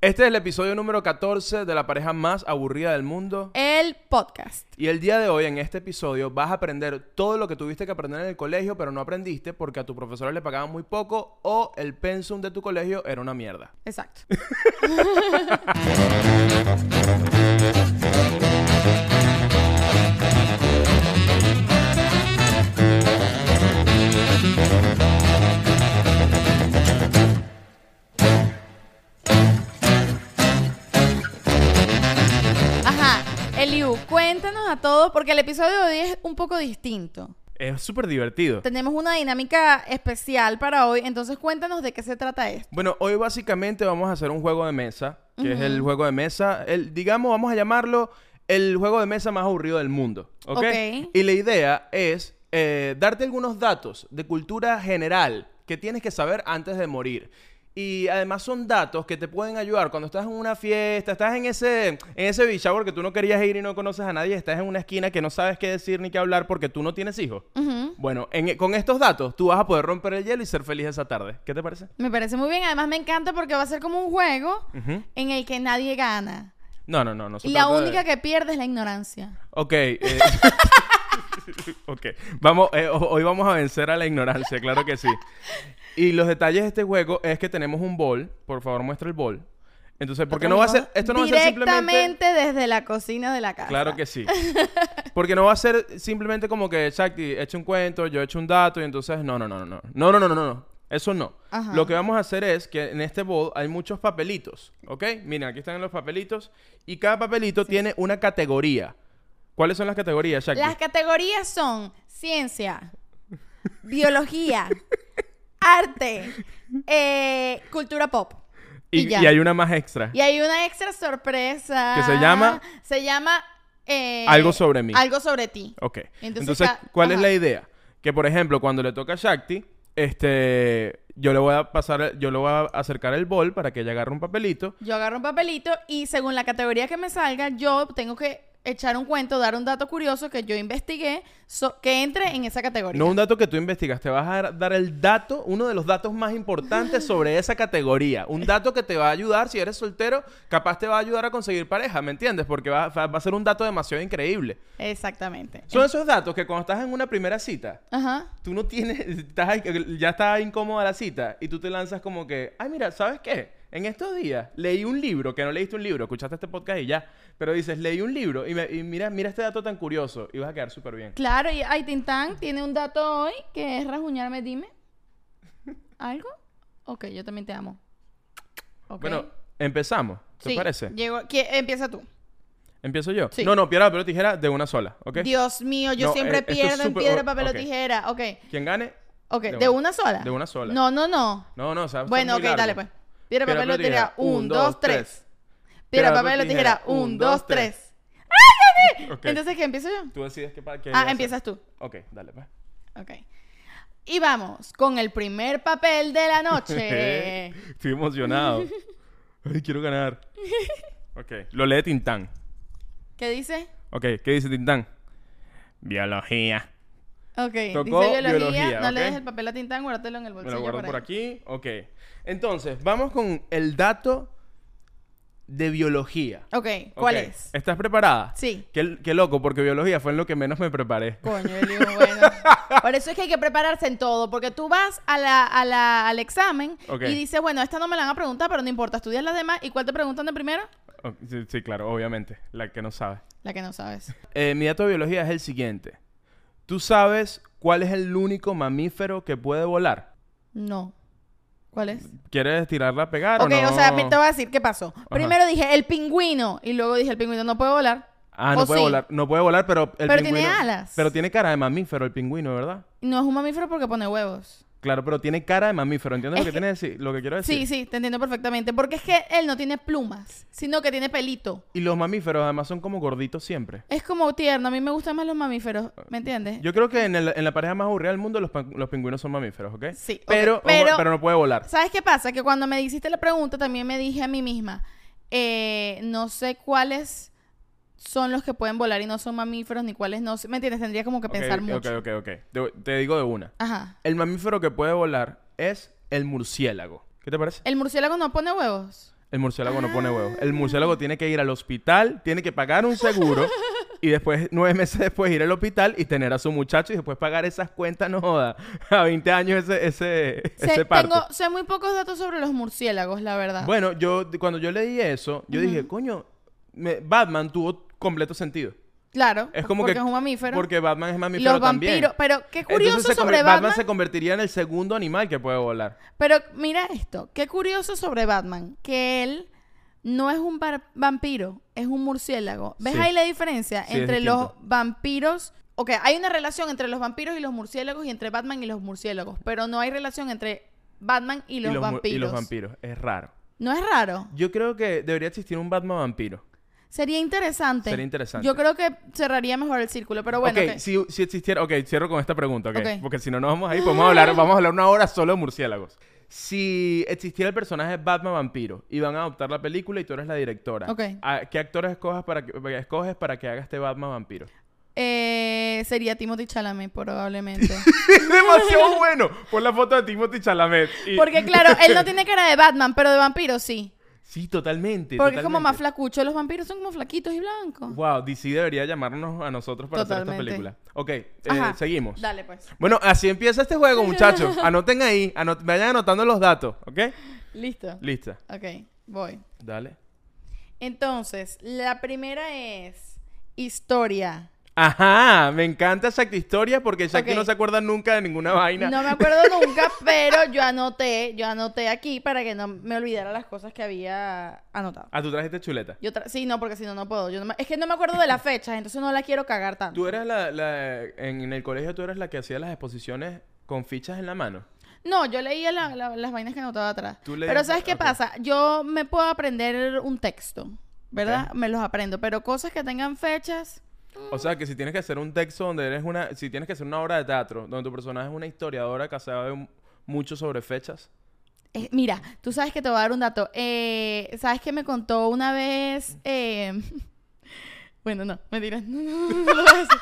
Este es el episodio número 14 de la pareja más aburrida del mundo. El podcast. Y el día de hoy, en este episodio, vas a aprender todo lo que tuviste que aprender en el colegio, pero no aprendiste porque a tu profesora le pagaban muy poco o el pensum de tu colegio era una mierda. Exacto. Ajá. Eliu, cuéntanos a todos, porque el episodio de hoy es un poco distinto. Es súper divertido. Tenemos una dinámica especial para hoy, entonces cuéntanos de qué se trata esto. Bueno, hoy básicamente vamos a hacer un juego de mesa, que es el juego de mesa, el, digamos, vamos a llamarlo el juego de mesa más aburrido del mundo, ¿ok? Ok. Y la idea es eh, darte algunos datos de cultura general que tienes que saber antes de morir. Y además son datos que te pueden ayudar cuando estás en una fiesta, estás en ese, en ese beach shower que tú no querías ir y no conoces a nadie, estás en una esquina que no sabes qué decir ni qué hablar porque tú no tienes hijos. Ujú. Bueno, en- con estos datos tú vas a poder romper el hielo y ser feliz esa tarde. ¿Qué te parece? Me parece muy bien, además me encanta porque va a ser como un juego Ujú. en el que nadie gana. No, no, no. no se Y la trata de- única que pierde es la ignorancia. Ok. eh, ok. Vamos, eh, ho- hoy vamos a vencer a la ignorancia, claro que sí. Y los detalles de este juego es que tenemos un bol. Por favor, muestra el bol. Entonces, porque no va a ser... Esto no va a ser simplemente... Directamente desde la cocina de la casa. Claro que sí. Porque no va a ser simplemente como que Shakti eche un cuento, yo eche un dato y entonces... No, no, no, no, no. No, no, no, no, no. Eso no. Ajá. Lo que vamos a hacer es que en este bowl hay muchos papelitos, ¿ok? Miren, aquí están los papelitos y cada papelito tiene una categoría. ¿Cuáles son las categorías, Shakti? Las categorías son ciencia, biología, arte, eh, cultura pop. Y, Y ya. y hay una más extra. Y hay una extra sorpresa. Que se llama- Se llama... eh, Algo sobre mí. Algo sobre ti. Ok. Entonces, Entonces ca- ¿cuál es ajá. la idea? Que, por ejemplo, cuando le toca a Shakti, este, yo le voy a pasar, yo le voy a acercar el bol para que ella agarre un papelito. Yo agarro un papelito y según la categoría que me salga, yo tengo que echar un cuento, dar un dato curioso que yo investigué, so- que entre en esa categoría. No un dato que tú investigaste, vas a dar el dato, uno de los datos más importantes sobre esa categoría. Un dato que te va a ayudar, si eres soltero, capaz te va a ayudar a conseguir pareja, ¿me entiendes? Porque va, va a ser un dato demasiado increíble. Exactamente. Son esos datos que cuando estás en una primera cita, Ajá. tú no tienes, estás ahí- ya está incómoda la cita y tú te lanzas como que, ay, mira, ¿sabes qué? En estos días leí un libro, que no leíste un libro, escuchaste este podcast y ya, pero dices, leí un libro y, me- y mira, mira este dato tan curioso y vas a quedar súper bien. Claro, y ay, Tintán tiene un dato hoy que es rasguñarme, dime. ¿Algo? Ok, yo también te amo. Ok. Bueno, empezamos, ¿te Sí, parece? llego- ¿Qui- empieza tú. Empiezo yo. Sí. No, no, piedra, papel o tijera de una sola, ¿ok? Dios mío, yo No, siempre eh, esto es pierdo en súper- piedra, o- papel ok. o tijera. Ok, ¿Quién gane? ok, De ¿de, una. una sola? De una sola. No, no, no. No, no, o sea, esto es Bueno, muy ok, largo. dale pues. Piedra, papel o tijera. Un, dos, tres. Piedra, Piedra, papel o tijera. Un, dos, tres. Ok, pues. Entonces, ¿qué empiezo yo? tú decides qué pa- qué vas a Ah, hacer. empiezas tú. Ok, dale pues. Ok. Y vamos con el primer papel de la noche. Estoy emocionado. Ay, quiero ganar. Ok, lo lee Tintán. ¿Qué dice? Ok, ¿qué dice Tintán? Biología. Ok, Tocó dice biología, biología, no ¿ok? le des el papel a Tintán, guárdatelo en el Me bolsillo. lo guardo por por ahí. aquí. Ok. Entonces, vamos con el dato de biología. Ok, ¿cuál Ok, es? ¿Estás preparada? Sí. Qué, qué loco, porque biología fue en lo que menos me preparé. Coño, Eliu, bueno. Por eso es que hay que prepararse en todo, porque tú vas a la, a la- al examen Ok. y dices, bueno, esta no me la van a preguntar, pero no importa, estudias las demás. ¿Y cuál te preguntan de primero? Oh, sí, sí, claro, obviamente. La que no sabe. La que no sabes. Eh, mi dato de biología es el siguiente. ¿Tú sabes cuál es el único mamífero que puede volar? No. ¿Cuál es? ¿Quieres tirarla a pegar o Ok, no? o sea, me- te voy a decir qué pasó. Primero dije el pingüino y luego dije el pingüino no puede volar. Ah, no ¿O puede sí? volar. No puede volar, pero el Pero pingüino... tiene alas. Pero tiene cara de mamífero el pingüino, ¿verdad? No es un mamífero porque pone huevos. Claro, pero tiene cara de mamífero. ¿Entiendes lo Es que, que- tiene decir, lo que quiero decir? Sí, sí, te entiendo perfectamente. Porque es que él no tiene plumas, sino que tiene pelito. Y los mamíferos además son como gorditos siempre. Es como tierno. A mí me gustan más los mamíferos, ¿me entiendes? Yo creo que en, el- en la pareja más aburrida del mundo los, pan- los pingüinos son mamíferos, ¿ok? Sí, ok, Pero, ojo, pero... pero- no puede volar. ¿Sabes qué pasa? Que cuando me hiciste la pregunta también me dije a mí misma, eh, no sé cuáles son los que pueden volar y no son mamíferos, ni cuáles no. ¿Me entiendes? Tendría como que Ok, pensar mucho. Ok, ok, ok. Te, te digo de una. Ajá. El mamífero que puede volar es el murciélago. ¿Qué te parece? ¿El murciélago no pone huevos? El, El murciélago no Ah. pone huevos. El murciélago tiene que ir al hospital, tiene que pagar un seguro y después, nueve meses después, ir al hospital y tener a su muchacho y después pagar esas cuentas, no joda. A 20 años ese, ese, sé, ese parto. tengo, sé muy pocos datos sobre los murciélagos, la verdad. Bueno, yo cuando yo leí eso, yo dije, coño, me- Batman tuvo completo sentido. claro, Es como porque que es un mamífero. Porque Batman es Y mamífero los también. vampiros. Pero qué Entonces curioso se sobre convi- Batman. se convertiría en el segundo animal que puede volar. Pero mira esto, qué curioso sobre Batman, que él no es un bar- vampiro, es un murciélago. ¿Ves Sí. ahí la diferencia Sí, es entre distinto. los vampiros? Ok, hay una relación entre los vampiros y los murciélagos y entre Batman y los murciélagos, pero no hay relación entre Batman y los, mu- vampiros. y los vampiros. Es raro. No es raro. Yo creo que debería existir un Batman vampiro. Sería interesante. Sería interesante. Yo creo que cerraría mejor el círculo, pero Ah, bueno. ok, ok. Si, si existiera... Ok, cierro con esta pregunta, ok. Ok. Porque si no nos vamos ahí, podemos hablar, vamos a hablar una hora solo de murciélagos. Si existiera el personaje Batman vampiro y van a adoptar la película y tú eres la directora, Ok. ¿a- ¿qué actores escojas para que, escoges para que haga este Batman vampiro? Eh, sería Timothy Chalamet, probablemente. ¡Es demasiado bueno! Pon la foto de Timothy Chalamet. y- Porque claro, él no tiene cara de Batman, pero de vampiro sí. Sí, totalmente. Porque es como más totalmente. flacucho. Los vampiros son como flaquitos y blancos. Wow, DC debería llamarnos a nosotros para hacer Totalmente. esta película. Ok, eh, Ajá. seguimos. Dale, pues. Bueno, así empieza este juego, muchachos. Anoten ahí, anot- vayan anotando los datos, ¿ok? Listo. Lista. Ok, voy. Dale. Entonces, la primera es historia. Ajá, me encanta Shakti Historia porque Shakti Ok. no se acuerda nunca de ninguna vaina. No me acuerdo nunca, pero yo anoté, yo anoté aquí para que no me olvidara las cosas que había anotado. Ah, tú trajiste chuleta. Yo tra- sí, no, porque si no, no puedo. Yo no me- es que no me acuerdo de la fecha, entonces no la quiero cagar tanto. Tú eras la, la- en, en el colegio tú eras la que hacía las exposiciones con fichas en la mano. No, yo leía la- la- las vainas que anotaba atrás. Tú leías- Pero ¿sabes qué ok. pasa? Yo me puedo aprender un texto, ¿verdad? Me los aprendo, pero cosas que tengan fechas... O sea, que si tienes que hacer un texto donde eres una... Si tienes que hacer una obra de teatro donde tu personaje es una historiadora que sabe un- mucho sobre fechas. Eh, mira, tú sabes que te voy a dar un dato. Eh, ¿Sabes que me contó una vez? Eh, bueno, no, mentira. No, no, no, no lo voy a decir.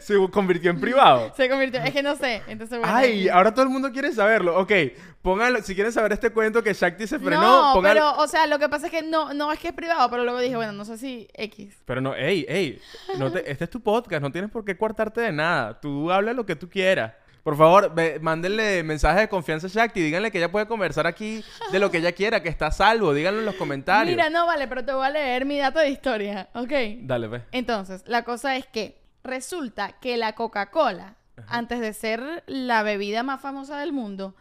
Se convirtió en privado. Se convirtió. Es que no sé. Entonces, bueno. eh. Ay, ah, ahora todo el mundo quiere saberlo. Ok, pónganlo. Si quieren saber este cuento que Shakti se frenó, no, pónganlo. pero, o sea, lo que pasa es que no, no es que es privado, pero luego dije, bueno, no sé si X. Pero no, ey, ey, no te- este es tu podcast, no tienes por qué coartarte de nada. Tú habla lo que tú quieras. Por favor, ve- mándenle mensaje de confianza a Shakti, díganle que ella puede conversar aquí de lo que ella quiera, que está a salvo, díganlo en los comentarios. Mira, no vale, pero te voy a leer mi dato de historia, ¿ok? Dale, pues. ve. Entonces, la cosa es que resulta que la Coca-Cola, antes de ser la bebida más famosa del mundo,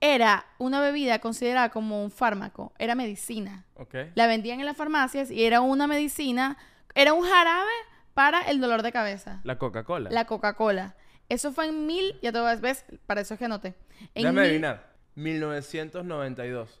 era una bebida considerada como un fármaco, era medicina. Ok. La vendían en las farmacias y era una medicina, era un jarabe para el dolor de cabeza. La Coca-Cola. La Coca-Cola. Eso fue en mil, ya te vas, ves, para eso es que anoté. En Déjame mil- adivinar. 1992.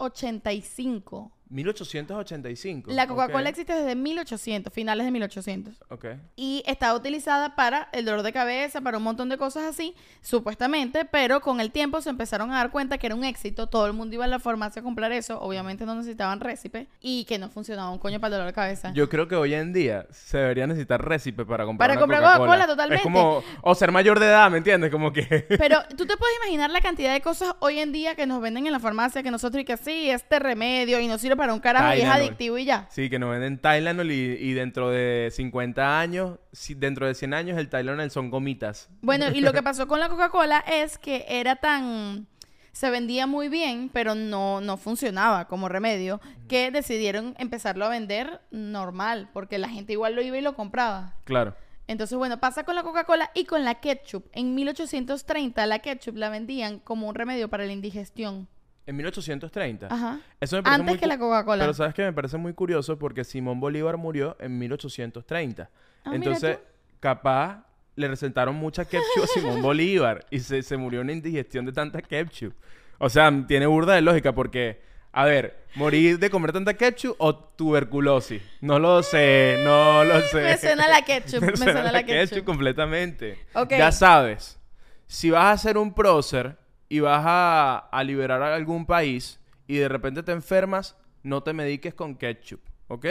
1885. 1885. La Coca-Cola Ok. existe desde 1800, finales de 1800. Ok. y estaba utilizada para el dolor de cabeza, para un montón de cosas así, supuestamente, pero con el tiempo se empezaron a dar cuenta que era un éxito, todo el mundo iba a la farmacia a comprar eso, obviamente no necesitaban récipe y que no funcionaba un coño para el dolor de cabeza. Yo creo que hoy en día se debería necesitar récipe para comprar Para una comprar Coca-Cola. Coca-Cola, totalmente. Es como, o ser mayor de edad, ¿me entiendes? Como que... Pero tú te puedes imaginar la cantidad de cosas hoy en día que nos venden en la farmacia, que nosotros y que sí, este remedio y no sirve para un carajo y es Tylenol. adictivo y ya. Sí, que nos venden Tylenol y, y dentro de 50 años, si- dentro de 100 años el Tylenol son gomitas. Bueno, y lo que pasó con la Coca-Cola es que era tan... Se vendía muy bien, pero no, no funcionaba como remedio, que decidieron empezarlo a vender normal, porque la gente igual lo iba y lo compraba. Claro. Entonces, bueno, pasa con la Coca-Cola y con la ketchup. En 1830 la ketchup la vendían como un remedio para la indigestión. En 1830. Ajá. Eso me parece Antes muy que cu- la Coca-Cola. Pero sabes que me parece muy curioso porque Simón Bolívar murió en 1830. Ah, mira Entonces, tú. capaz le recetaron mucha ketchup a Simón Bolívar y se, se murió una indigestión de tanta ketchup. O sea, tiene burda de lógica porque, a ver, morir de comer tanta ketchup o tuberculosis. No lo sé, no lo sé. Me suena la ketchup, me suena la ketchup. completamente. Ok. Ya sabes, si vas a hacer un prócer y vas a, a liberar a algún país y de repente te enfermas, no te mediques con ketchup, ¿ok?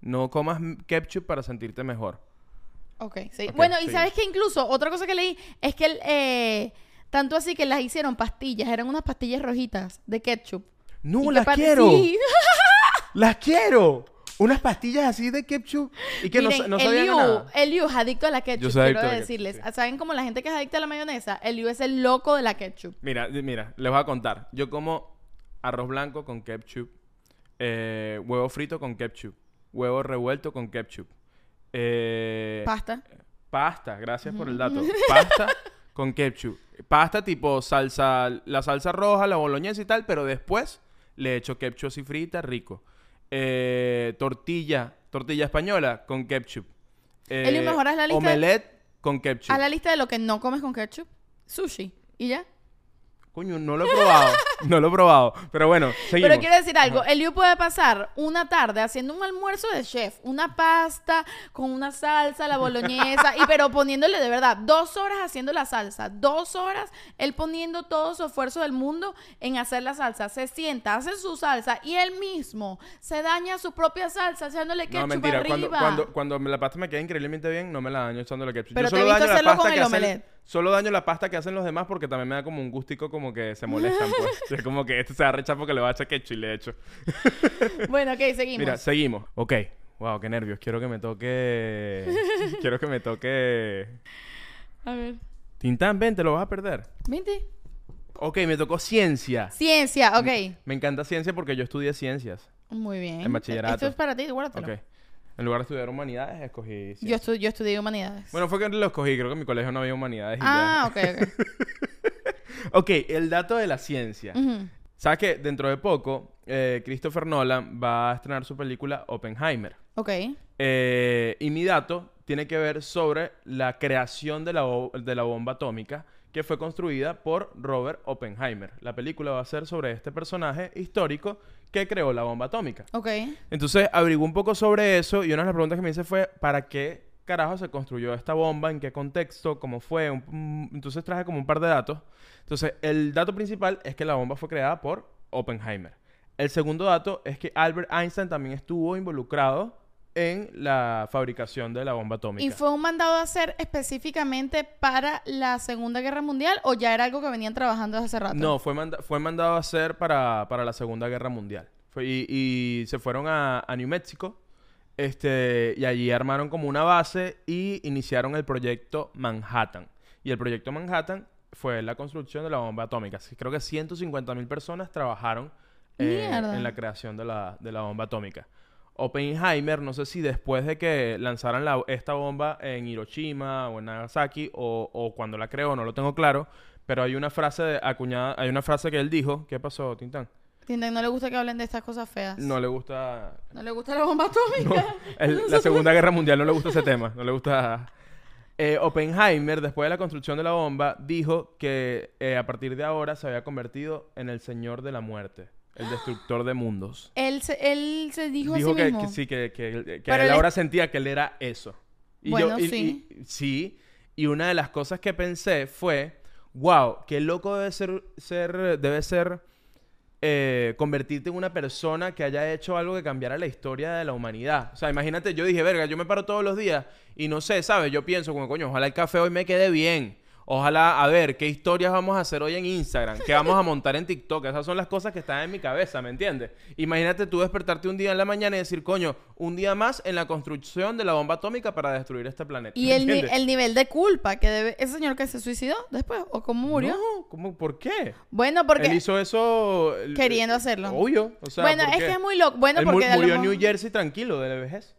No comas m- ketchup para sentirte mejor. Ok, sí. Ok, bueno, y sigue. sabes que incluso otra cosa que leí es que el, eh, tanto así que las hicieron pastillas, eran unas pastillas rojitas de ketchup. ¿Y no, qué las parte- quiero. Sí. Las quiero. Unas pastillas así de ketchup y que no Miren, sa- no, el sabían Liu, nada. el Liu es adicto a la ketchup, Yo soy adicto quiero a la ketchup, decirles. Ah, sí. ¿Saben como la gente que es adicta a la mayonesa? El Liu es el loco de la ketchup. Mira, di- mira, les voy a contar. Yo como arroz blanco con ketchup, eh, huevo frito con ketchup, huevo revuelto con ketchup, eh, Pasta. pasta, gracias por el dato, pasta con ketchup, pasta tipo salsa, la salsa roja, la boloñesa y tal, pero después le echo ketchup así frita, rico. Eh, tortilla, tortilla española con ketchup. Eh, Eli, mejor haz la lista- Omelette con ketchup. Haz la lista de lo que no comes con ketchup. Sushi. ¿Y ya? Coño, no lo he probado. no lo he probado. Pero bueno, seguimos. Pero quiero decir algo, Eliu puede pasar una tarde haciendo un almuerzo de chef, una pasta con una salsa, la boloñesa, y pero poniéndole de verdad dos horas haciendo la salsa, dos horas él poniendo todo su esfuerzo del mundo en hacer la salsa, se sienta, hace su salsa y él mismo se daña su propia salsa echándole ketchup No, mentira. arriba. Cuando, cuando, cuando me la pasta me queda increíblemente bien, no me la daño echándole ketchup. Yo Pero te solo he visto daño la hacerlo pasta con que el hacen... omelette. Solo daño la pasta que hacen los demás porque también me da como un gustico como que se molestan, pues. O sea, Es como que este se va a rechazar porque le va a echar ketchup y le echo. Bueno, ok, seguimos. Mira, seguimos. Ok. Wow, qué nervios. Quiero que me toque... Quiero que me toque... A ver, Tintán, ven, te lo vas a perder. ¿viste? Ok, me tocó ciencia. Ciencia, ok. Me encanta ciencia porque yo estudié ciencias. Muy bien. En bachillerato. Esto es para ti, guárdatelo. Ok. En lugar de estudiar humanidades, escogí Yo, ciencias. estu- yo estudié humanidades. Bueno, fue que lo escogí, creo que en mi colegio no había humanidades. Y ah, ok, ok. ya. ok, el dato de la ciencia. Ujú. ¿Sabes que Dentro de poco, eh, Christopher Nolan va a estrenar su película Oppenheimer. Ok. Eh, y mi dato tiene que ver sobre la creación de la, bo- de la bomba atómica que fue construida por Robert Oppenheimer. La película va a ser sobre este personaje histórico que creó la bomba atómica. Ok. Entonces averigué un poco sobre eso y una de las preguntas que me hice fue ¿para qué carajo se construyó esta bomba? ¿En qué contexto? ¿Cómo fue? Un- un- entonces traje como un par de datos. Entonces el dato principal es que la bomba fue creada por Oppenheimer. El segundo dato es que Albert Einstein también estuvo involucrado en la fabricación de la bomba atómica. ¿Y fue un mandado a hacer específicamente para la Segunda Guerra Mundial o ya era algo que venían trabajando desde hace rato? No, fue, manda- fue mandado a hacer para, para la Segunda Guerra Mundial. Fue- y, y se fueron a, a New México. Este, y allí armaron como una base y iniciaron el proyecto Manhattan. Y el proyecto Manhattan fue la construcción de la bomba atómica. Así que Creo que 150 mil personas trabajaron eh, Mierda. en la creación de la, de la bomba atómica. Oppenheimer, no sé si después de que lanzaran la- esta bomba en Hiroshima o en Nagasaki o, o cuando la creó, no lo tengo claro, pero hay una frase de- acuñada, hay una frase que él dijo, ¿qué pasó, Tintán? Tinder, no le gusta que hablen de estas cosas feas. No le gusta No le gusta la bomba atómica. el- la Segunda Guerra Mundial no le gusta ese tema, no le gusta... Eh, Oppenheimer, después de la construcción de la bomba, dijo que eh, a partir de ahora se había convertido en el señor de la muerte, el destructor de mundos. Él, se, él se dijo, a sí que, mismo. que sí, que, que, que Pero él él ahora sentía que él era eso. Y Bueno, yo, y- sí. y- sí, y una de las cosas que pensé fue, wow, qué loco debe ser, ser debe ser eh, convertirte en una persona que haya hecho algo que cambiara la historia de la humanidad. O sea, imagínate, yo dije, verga, yo me paro todos los días y no sé, ¿sabes? Yo pienso como, coño, ojalá el café hoy me quede bien. Ojalá, a ver, ¿qué historias vamos a hacer hoy en Instagram? ¿Qué vamos a montar en TikTok? Esas son las cosas que están en mi cabeza, ¿me entiendes? Imagínate tú despertarte un día en la mañana y decir, coño, un día más en la construcción de la bomba atómica para destruir este planeta. Y ¿me el, ni- entiendes? el nivel de culpa que debe... ¿Ese señor que se suicidó después o cómo murió? No, ¿cómo? ¿Por qué? Bueno, porque... Él hizo eso... el- eh, Queriendo hacerlo. Obvio. O sea, bueno, ¿por es qué? que es muy loco. Bueno, Él mu- porque... a lo murió en mejor- New Jersey tranquilo de la vejez.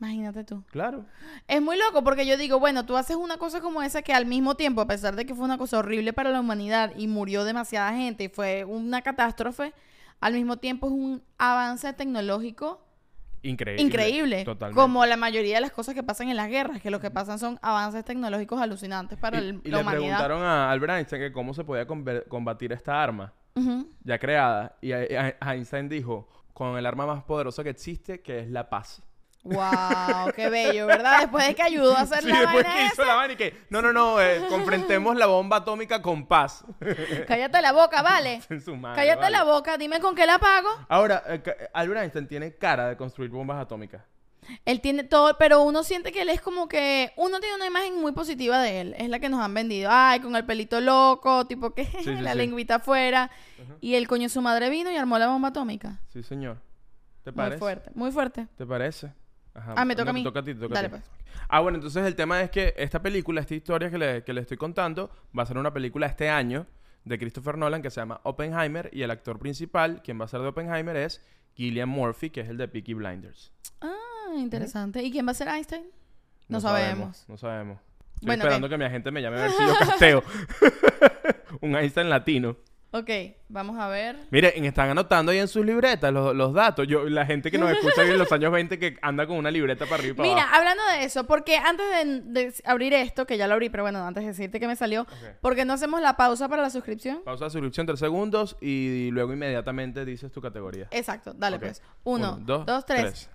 Imagínate tú. Claro. Es muy loco porque yo digo, bueno, tú haces una cosa como esa que al mismo tiempo, a pesar de que fue una cosa horrible para la humanidad y murió demasiada gente y fue una catástrofe, al mismo tiempo es un avance tecnológico Increíble. increíble. Totalmente. Como la mayoría de las cosas que pasan en las guerras, que lo que pasan son avances tecnológicos alucinantes para y, el- y la le humanidad. preguntaron a Albert Einstein que cómo se podía combe- combatir esta arma Ujú. ya creada. Y a- a- Einstein dijo, con el arma más poderosa que existe, que es la paz. Wow, qué bello, ¿verdad? Después de que ayudó a hacer Sí, la después vaina que hizo la vaina y que, no, no, no, eh, confrontemos la bomba atómica con paz. esa, Cállate la boca, vale. En su madre, Cállate vale. la boca, dime con qué la pago. Ahora, eh, ca- Albert Einstein tiene cara de construir bombas atómicas. Él tiene todo, pero uno siente que él es como que uno tiene una imagen muy positiva de él, es la que nos han vendido. Ay, con el pelito loco, tipo que sí, la sí. lengüita afuera y el coño de su madre vino y armó la bomba atómica. Sí, señor. ¿Te Muy parece? fuerte, muy fuerte. ¿Te parece? Ajá, Ah, me toca no, a mí. te toca a ti, te toca Dale, a ti. pues. Ah, bueno, entonces el tema es que esta película, esta historia que le, que le estoy contando, va a ser una película este año de Christopher Nolan que se llama Oppenheimer y el actor principal, quien va a ser de Oppenheimer, es Gillian Murphy, que es el de Peaky Blinders. Ah, interesante. ¿Y quién va a ser Einstein? No, sabemos. No sabemos. Estoy Bueno, esperando ok. que mi agente me llame a ver si yo casteo. Un Einstein latino. Ok, vamos a ver. Miren, están anotando ahí en sus libretas los, los datos. Yo, la gente que nos escucha en los años 20 que anda con una libreta para arriba y para Mira, abajo. hablando de eso, porque antes de, de abrir esto, que ya lo abrí, pero bueno, antes de decirte que me salió, ¿por qué no hacemos la pausa para la suscripción? Pausa la suscripción 3 segundos y luego inmediatamente dices tu categoría. Exacto, dale Ok. pues. Uno, dos, tres.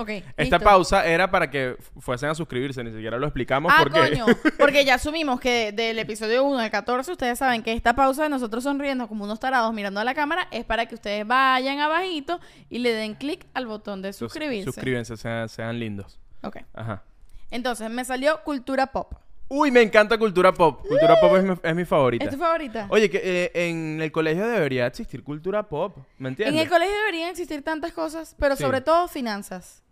Ok. Esta listo. pausa era para que fu- fuesen a suscribirse, ni siquiera lo explicamos Ah, porque coño, porque ya asumimos que del episodio 1 al 14, ustedes saben que esta pausa de nosotros sonriendo como unos tarados mirando a la cámara es para que ustedes vayan abajito y le den clic al botón de suscribirse. Suscríbanse, sean, sean lindos. Ok. Ajá. Entonces, me salió cultura pop. Uy, me encanta cultura pop. Cultura pop es mi, es mi favorita. ¿Es tu favorita? Oye, que eh, en el colegio debería existir cultura pop, ¿me entiendes? en el colegio deberían existir tantas cosas, pero Sí. sobre todo finanzas.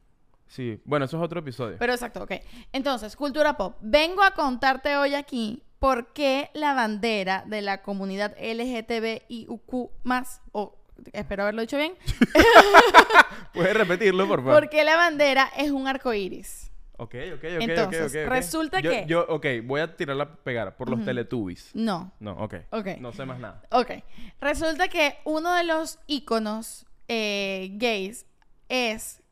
Sí, bueno, eso es otro episodio. Pero exacto, ok. Entonces, cultura pop. Vengo a contarte hoy aquí por qué la bandera de la comunidad LGTBIQ más, o espero haberlo dicho bien, ¿Puedes repetirlo, por favor? por qué la bandera es un arco iris. Ok, ok, ok, ok, Entonces, ok, ok. resulta Yo- que- Yo, ok, voy a tirarla a pegar por los Teletubbies. No. No, ok. Ok. No sé más nada. Ok. Resulta que uno de los íconos eh, gays es,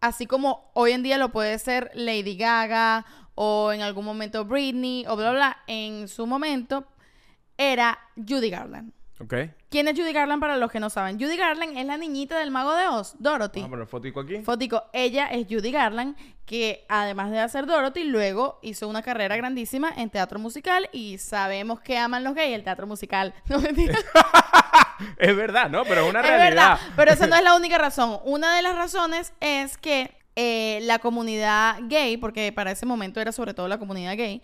así como hoy en día lo puede ser Lady Gaga o en algún momento Britney o bla, bla, en su momento era Judy Garland. Ok. Vamos ¿Quién es Judy Garland para los que no saben? Judy Garland es la niñita del mago de Oz, Dorothy. a poner Ah, fotico aquí. Fótico, ella es Judy Garland, que además de hacer Dorothy, luego hizo una carrera grandísima en teatro musical y sabemos que aman los gays el teatro musical. No mentira. es verdad, ¿no? Pero es una es realidad. verdad, pero esa no es la única razón. Una de las razones es que eh, la comunidad gay, porque para ese momento era sobre todo la comunidad gay,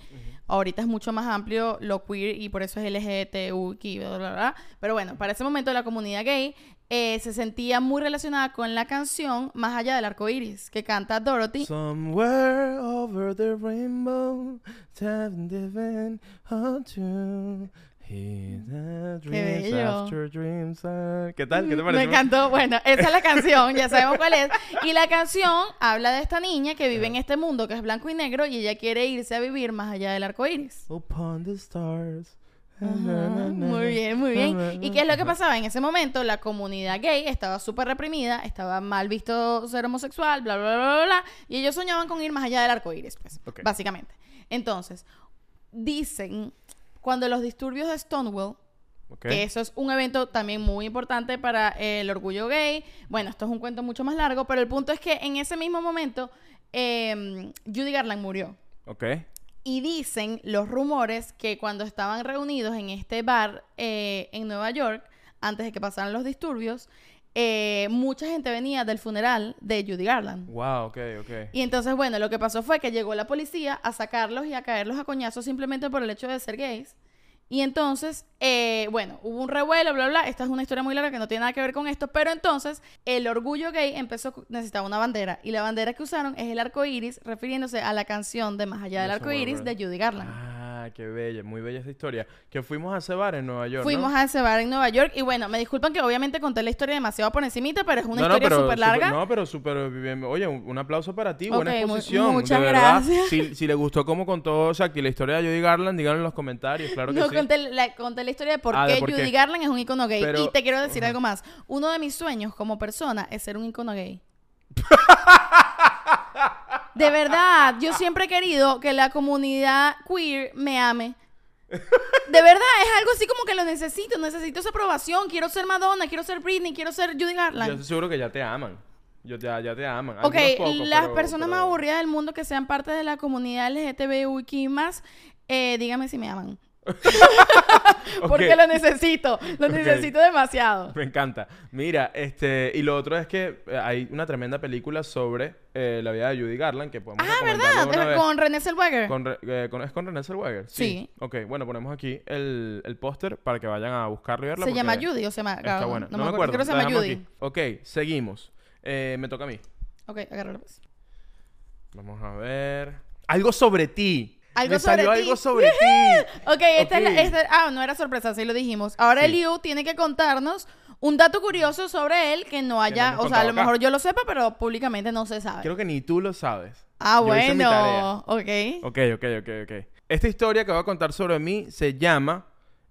ahorita es mucho más amplio lo queer y por eso es LGTBQ, bla, bla, bla. Pero bueno, para ese momento la comunidad gay eh, se sentía muy relacionada con la canción Más allá del arco iris, que canta Dorothy. Somewhere over the rainbow, time divine on to hear the dreams bello. Mm, after dreams are- ¿Qué tal? ¿Qué te parece? Me encantó. Bueno, esa es la canción, ya sabemos cuál es. Y la canción habla de esta niña que vive en este mundo que es blanco y negro y ella quiere irse a vivir más allá del arco iris. Upon the stars. Ajá, Muy bien, muy bien. ¿Y qué es lo que pasaba? En ese momento la comunidad gay estaba súper reprimida, estaba mal visto ser homosexual, bla, bla, bla, bla, bla. Y ellos soñaban con ir más allá del arco iris, pues, Ok. básicamente. Entonces, dicen, cuando los disturbios de Stonewall, Ok. que eso es un evento también muy importante para eh, el orgullo gay. Bueno, esto es un cuento mucho más largo, pero el punto es que en ese mismo momento eh, Judy Garland murió. Ok. Y dicen los rumores que cuando estaban reunidos en este bar eh, en Nueva York, antes de que pasaran los disturbios, eh, mucha gente venía del funeral de Judy Garland. Wow, ok, ok. Y entonces, bueno, lo que pasó fue que llegó la policía a sacarlos y a caerlos a coñazos simplemente por el hecho de ser gays. Y entonces, eh, bueno, hubo un revuelo, bla, bla. Esta es una historia muy larga que no tiene nada que ver con esto. Pero entonces, el orgullo gay empezó, necesitaba una bandera. Y la bandera que usaron es el arco iris, refiriéndose a la canción de Más allá del Eso arco me iris acuerdo. de Judy Garland. Ah, qué bella, muy bella esta historia. Que fuimos a ese bar en Nueva York. Fuimos ¿no? a ese bar en Nueva York y bueno, me disculpan que obviamente conté la historia demasiado por encimita, pero es una No, no, historia pero súper larga. no, pero súper bien. Oye, un, un aplauso para ti, buena Ok, mu- exposición. muchas de verdad. gracias. Si, si le gustó cómo contó Shakti la historia de Judy Garland, díganlo en los comentarios, claro que No, sí. conté, la, conté la historia de por Ah, de qué por qué. Judy Garland es un icono gay. Pero- Y te quiero decir algo más. Uno de mis sueños como persona es ser un icono gay. de verdad, yo siempre he querido que la comunidad queer me ame. De verdad, es algo así como que lo necesito. Necesito esa aprobación. Quiero ser Madonna, quiero ser Britney, quiero ser Judy Yo Garland. estoy seguro que ya te aman. Yo ya, ya te aman. Ok, Algunos pocos, las pero- personas más pero- aburridas del mundo que sean parte de la comunidad LGTBIQ+, eh, dígame si me aman. Porque Ok. lo necesito. Lo Ok. necesito demasiado. Me encanta. Mira, este, y lo otro es que eh, hay una tremenda película sobre eh, la vida de Judy Garland que podemos Ah, recomendarle ¿verdad? una Es vez. Con René Zellweger. Con Re- eh, con- ¿Es con René Zellweger? Sí. Ok, bueno, ponemos aquí el, el póster para que vayan a buscarlo y verlo. Se llama porque Judy o se llama. ah, Está bueno. No, me acuerdo. Creo que se llama la dejamos Judy. aquí. Ok, seguimos. Eh, me toca a mí. Ok, agárralo pues. Vamos a ver. Algo sobre ti. Algo Me salió sobre ti. algo sobre ti. Ok, esta es la- Ok. esta- ah, no era sorpresa, sí lo dijimos. Ahora Sí. Eliu tiene que contarnos un dato curioso sobre él que no haya, hemos o sea, a contado lo acá. mejor yo lo sepa, pero públicamente no se sabe. Creo que ni tú lo sabes. Ah, Yo hice mi tarea. bueno, ok. Ok, ok, ok, ok. Esta historia que voy a contar sobre mí se llama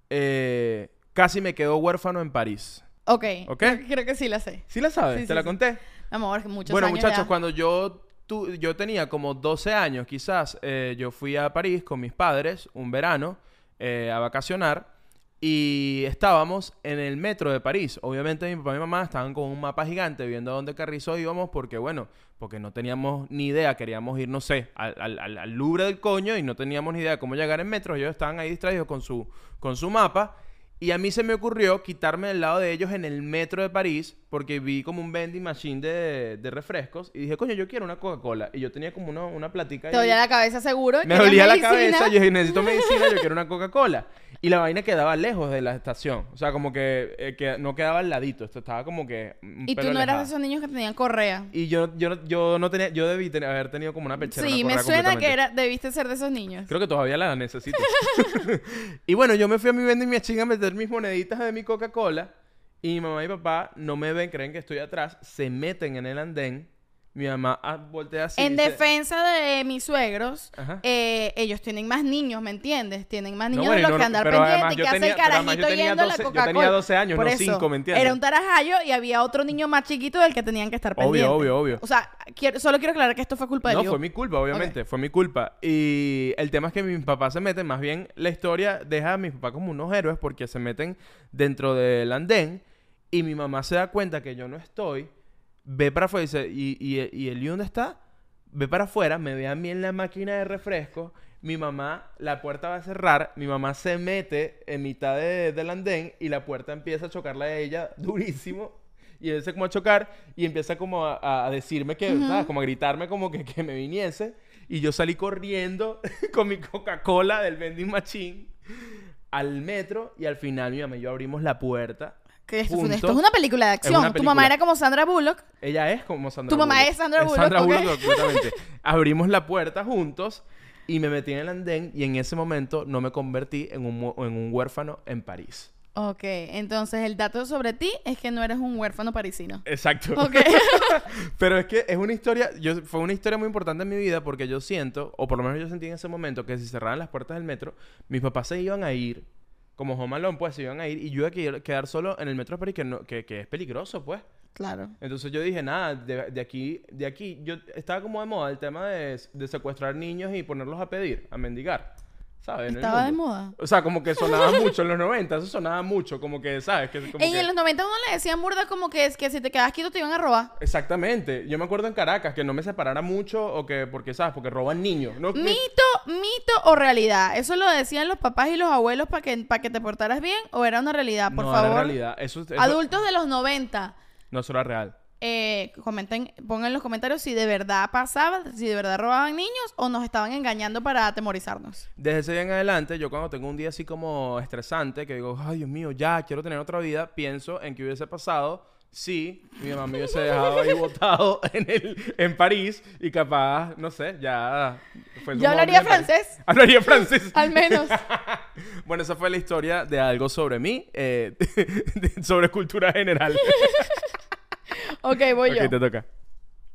eh, Casi me quedó huérfano en París. Ok, Ok. creo, creo que sí la sé. ¿Sí la sabes? Sí, ¿Te sí, la sí. conté? Amor, muchos bueno, años muchachos, ya. cuando yo, tu- yo tenía como 12 años, quizás, eh, yo fui a París con mis padres un verano eh, a vacacionar y estábamos en el metro de París. Obviamente mi papá y mi mamá estaban con un mapa gigante viendo a dónde carrizo íbamos porque, bueno, porque no teníamos ni idea, queríamos ir, no sé, al, al- al- al Louvre del coño y no teníamos ni idea de cómo llegar en metro. Ellos estaban ahí distraídos con su, con su mapa. Y a mí se me ocurrió quitarme del lado de ellos en el metro de París porque vi como un vending machine de, de refrescos y dije, coño, yo quiero una Coca-Cola. Y yo tenía como una, una platica Te ahí. dolía la cabeza seguro. Me ¿Quieres dolía la medicina? cabeza, yo dije, necesito medicina, yo quiero una Coca-Cola. Y la vaina quedaba lejos de la estación. O sea, como que, eh, que no quedaba al ladito. Esto estaba como que. un Y tú pelo no eras de alejada. esos niños que tenían correa. Y yo, yo, no- yo no tenía. Yo debí tener- haber tenido como una pechera. Sí, una me correa suena que completamente. era, debiste ser de esos niños. Creo que todavía la necesito. y bueno, yo me fui a mi vending machine a meter mis moneditas de mi Coca-Cola. Y mi mamá y papá no me ven, creen que estoy atrás. Se meten en el andén. Mi mamá ah, voltea así. en dice, defensa de mis suegros, Ajá. eh, ellos tienen más niños, ¿me entiendes? Tienen más niños bueno, y de los no, que no, andar pero además pendientes y yo que hace el tenía- pero además yo carajito tenía yendo a la 12 yo Coca-Cola. tenía 12 años, Por no eso, 5, ¿me entiendes? Era un tarajayo y había otro niño más chiquito del que tenían que estar Obvio, pendientes. obvio, obvio. O sea, quiero- solo quiero aclarar que esto fue culpa de No, Dios. fue mi culpa, obviamente, fue mi culpa. Y el tema es que mis papás se meten, más bien la historia deja a mis papás como unos héroes porque se meten dentro del andén y mi mamá se da cuenta que yo no estoy, ve para afuera y dice, ¿y, y, y Eli dónde está? Ve para afuera, me ve a mí en la máquina de refrescos, mi mamá, la puerta va a cerrar, mi mamá se mete en mitad de- del andén y la puerta empieza a chocarla a ella durísimo. Y él se como a chocar y empieza como a, a decirme que, ¿sabes? Como a gritarme como que, que me viniese. Y yo salí corriendo con mi Coca-Cola del vending machine al metro y al final mi mamá y yo abrimos la puerta. Que esto, fue- punto. esto es una película de acción. una Tu película. mamá era como Sandra Bullock. Ella es como Sandra Tu mamá Bullock. es Sandra Bullock, Sandra ok. Bullock, completamente. Abrimos la puerta juntos y me metí en el andén y en ese momento no me convertí en un, mu- en un huérfano en París. Ok, entonces el dato sobre ti es que no eres un huérfano parisino. Exacto. Ok. Pero es que es una historia, yo, fue una historia muy importante en mi vida porque yo siento, o por lo menos yo sentí en ese momento, que si cerraban las puertas del metro, mis papás se iban a ir, como Home Alone, pues se iban a ir y yo iba a que- quedar solo en el metro de París, que, no- que, que es peligroso, pues. claro. Entonces yo dije, nada, de, de aquí, de aquí, yo estaba como de moda el tema de, de secuestrar niños y ponerlos a pedir, a mendigar, ¿sabes? En el Estaba de mundo. moda. O sea, como que sonaba mucho en los 90, eso sonaba mucho, como que, ¿sabes? Que, como Ey, que- en los 90 uno le decían burda como que, es que si te quedas quieto te iban a robar. Exactamente. Yo me acuerdo en Caracas que no me separara mucho o que, porque, ¿sabes? Porque roban niños. No, Mito, mito o realidad. Eso lo decían los papás y los abuelos para que, pa' que te portaras bien o era una realidad, por no, favor. en realidad. Eso, eso- Adultos de los 90, No, eso era real. eh, comenten, pongan en los comentarios si de verdad pasaba, si de verdad robaban niños o nos estaban engañando para atemorizarnos. Desde ese día en adelante, yo cuando tengo un día así como estresante, que digo, ay Dios mío, ya quiero tener otra vida, pienso en qué hubiese pasado si mi mamá me hubiese dejado ahí botado en, el, en París y capaz, no sé, ya... fue Pues Yo como hablaría en París. francés. Hablaría francés. Al menos. Bueno, esa fue la historia de algo sobre mí, eh, de- sobre cultura general. ok, voy Ok, yo. te toca.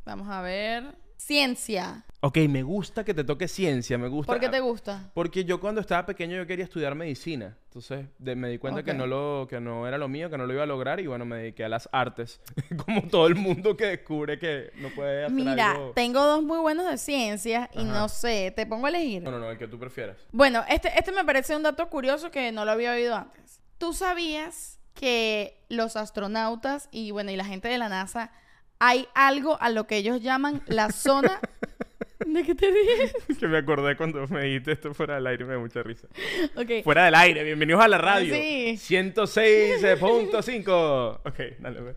Vamos a ver. Ciencia. Ok, me gusta que te toque ciencia, me gusta. ¿Por qué te gusta? Porque yo cuando estaba pequeño yo quería estudiar medicina. Entonces de- me di cuenta Ok. que, no lo, que no era lo mío, que no lo iba a lograr y bueno, me dediqué a las artes. Como todo el mundo que descubre que no puede hacer Mira, algo... tengo dos muy buenos de ciencia y Ajá. no sé, te pongo a elegir. No, no, no, el que tú prefieras. Bueno, este, este me parece un dato curioso que no lo había oído antes. ¿Tú sabías que los astronautas y bueno, y la gente de la NASA hay algo a lo que ellos llaman la zona ¿De qué te ríes? que me acordé cuando me dijiste esto fuera del aire, me da mucha risa. Ok. Fuera del aire, bienvenidos a la radio. Sí. 106.5. Ok, dale, pues. ve.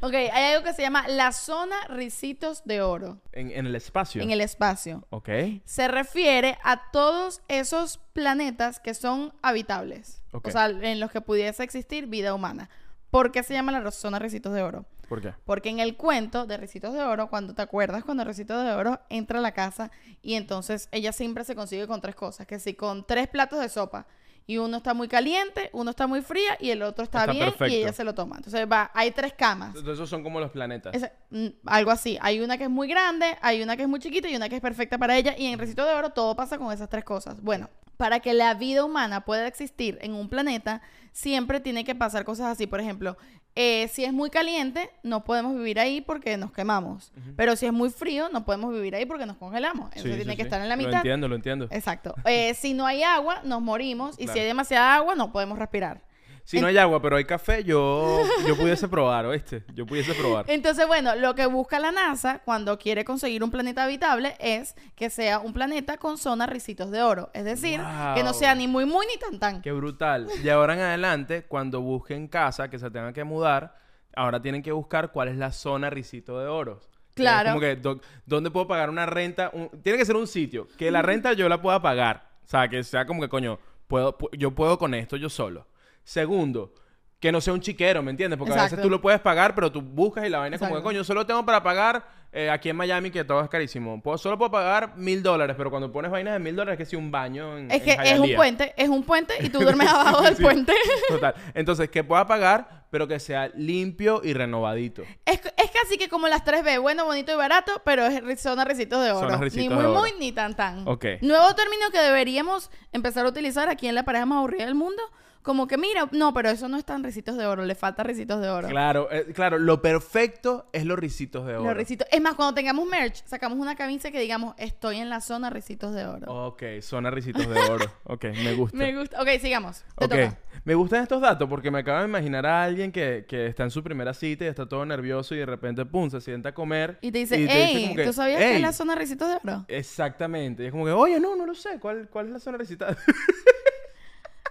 Ok, hay algo que se llama la zona Ricitos de Oro En, en el espacio. en el espacio. Ok, Se refiere a todos esos planetas que son habitables. Ok. O sea, en los que pudiese existir vida humana. ¿Por qué se llama la zona Ricitos de Oro? ¿por qué? Porque en el cuento de Ricitos de Oro, cuando te acuerdas, cuando Ricitos de Oro entra a la casa y entonces ella siempre se consigue con tres cosas, que sí, con tres platos de sopa. Y uno está muy caliente, uno está muy fría y el otro está, Está bien perfecto. y ella se lo toma. Entonces va, hay tres camas. Entonces esos son como los planetas. Esa- mm, algo así. Hay una que es muy grande, hay una que es muy chiquita y una que es perfecta para ella. Y en Recito de Oro todo pasa con esas tres cosas. Bueno, para que la vida humana pueda existir en un planeta, siempre tiene que pasar cosas así. Por ejemplo, eh, si es muy caliente, no podemos vivir ahí porque nos quemamos. Pero si es muy frío, no podemos vivir ahí porque nos congelamos. Eso Sí, sí, tiene que sí. estar en la Lo mitad. entiendo, lo entiendo. Exacto. Eh, si no hay agua, nos morimos. Y si Claro. hay demasiada agua, no podemos respirar. Si no hay agua, pero hay café, yo, yo pudiese probar, ¿oíste? Yo pudiese probar. Entonces, bueno, lo que busca la NASA cuando quiere conseguir un planeta habitable es que sea un planeta con zona ricitos de oro. Es decir, que no Wow. sea ni muy muy ni tan tan. Qué brutal. De ahora en adelante, cuando busquen casa, que se tengan que mudar, ahora tienen que buscar cuál es la zona Ricito de Oros. Que es Claro. Como que, do- ¿dónde puedo pagar una renta? Un- tiene que ser un sitio que la renta yo la pueda pagar. O sea, que sea como que, coño, puedo, pu- yo puedo con esto yo solo. Segundo, que no sea un chiquero, ¿me entiendes? Porque a veces Exacto. tú lo puedes pagar, pero tú buscas y la vaina es como que, Exacto. coño, solo tengo para pagar eh, aquí en Miami, que todo es carísimo. Puedo, solo puedo pagar mil dólares, pero cuando pones vainas de mil dólares, que si un baño en Es que en es un Hialeah. puente, es un puente y tú duermes abajo del Sí. puente. Total. Entonces, que pueda pagar, pero que sea limpio y renovadito. Es, es casi que como las 3B, bueno, bonito y barato, pero es ri- zona ricitos de oro. Zona Ricitos ni de muy Oro. muy ni tan tan. Ok. Nuevo término que deberíamos empezar a utilizar aquí en la pareja más aburrida del mundo. Como que mira, no, pero eso no es tan ricitos de oro, le falta ricitos de oro. Claro, eh, claro, lo perfecto es los risitos de oro. Los ricitos. Es más, cuando tengamos merch, sacamos una camisa que digamos, estoy en la zona ricitos de oro. Ok, zona risitos de oro. Ok, me gusta. Me gusta. Ok, sigamos. Te Ok, toca. me gustan estos datos porque me acabo de imaginar a alguien que, que está en su primera cita y está todo nervioso y de repente, pum, se sienta a comer. Y te dice, como hey, que, ¿tú sabías que "Ey". es la zona ricitos de oro? Exactamente. Y es como que, oye, no, no lo sé. ¿Cuál, cuál es la zona risitos?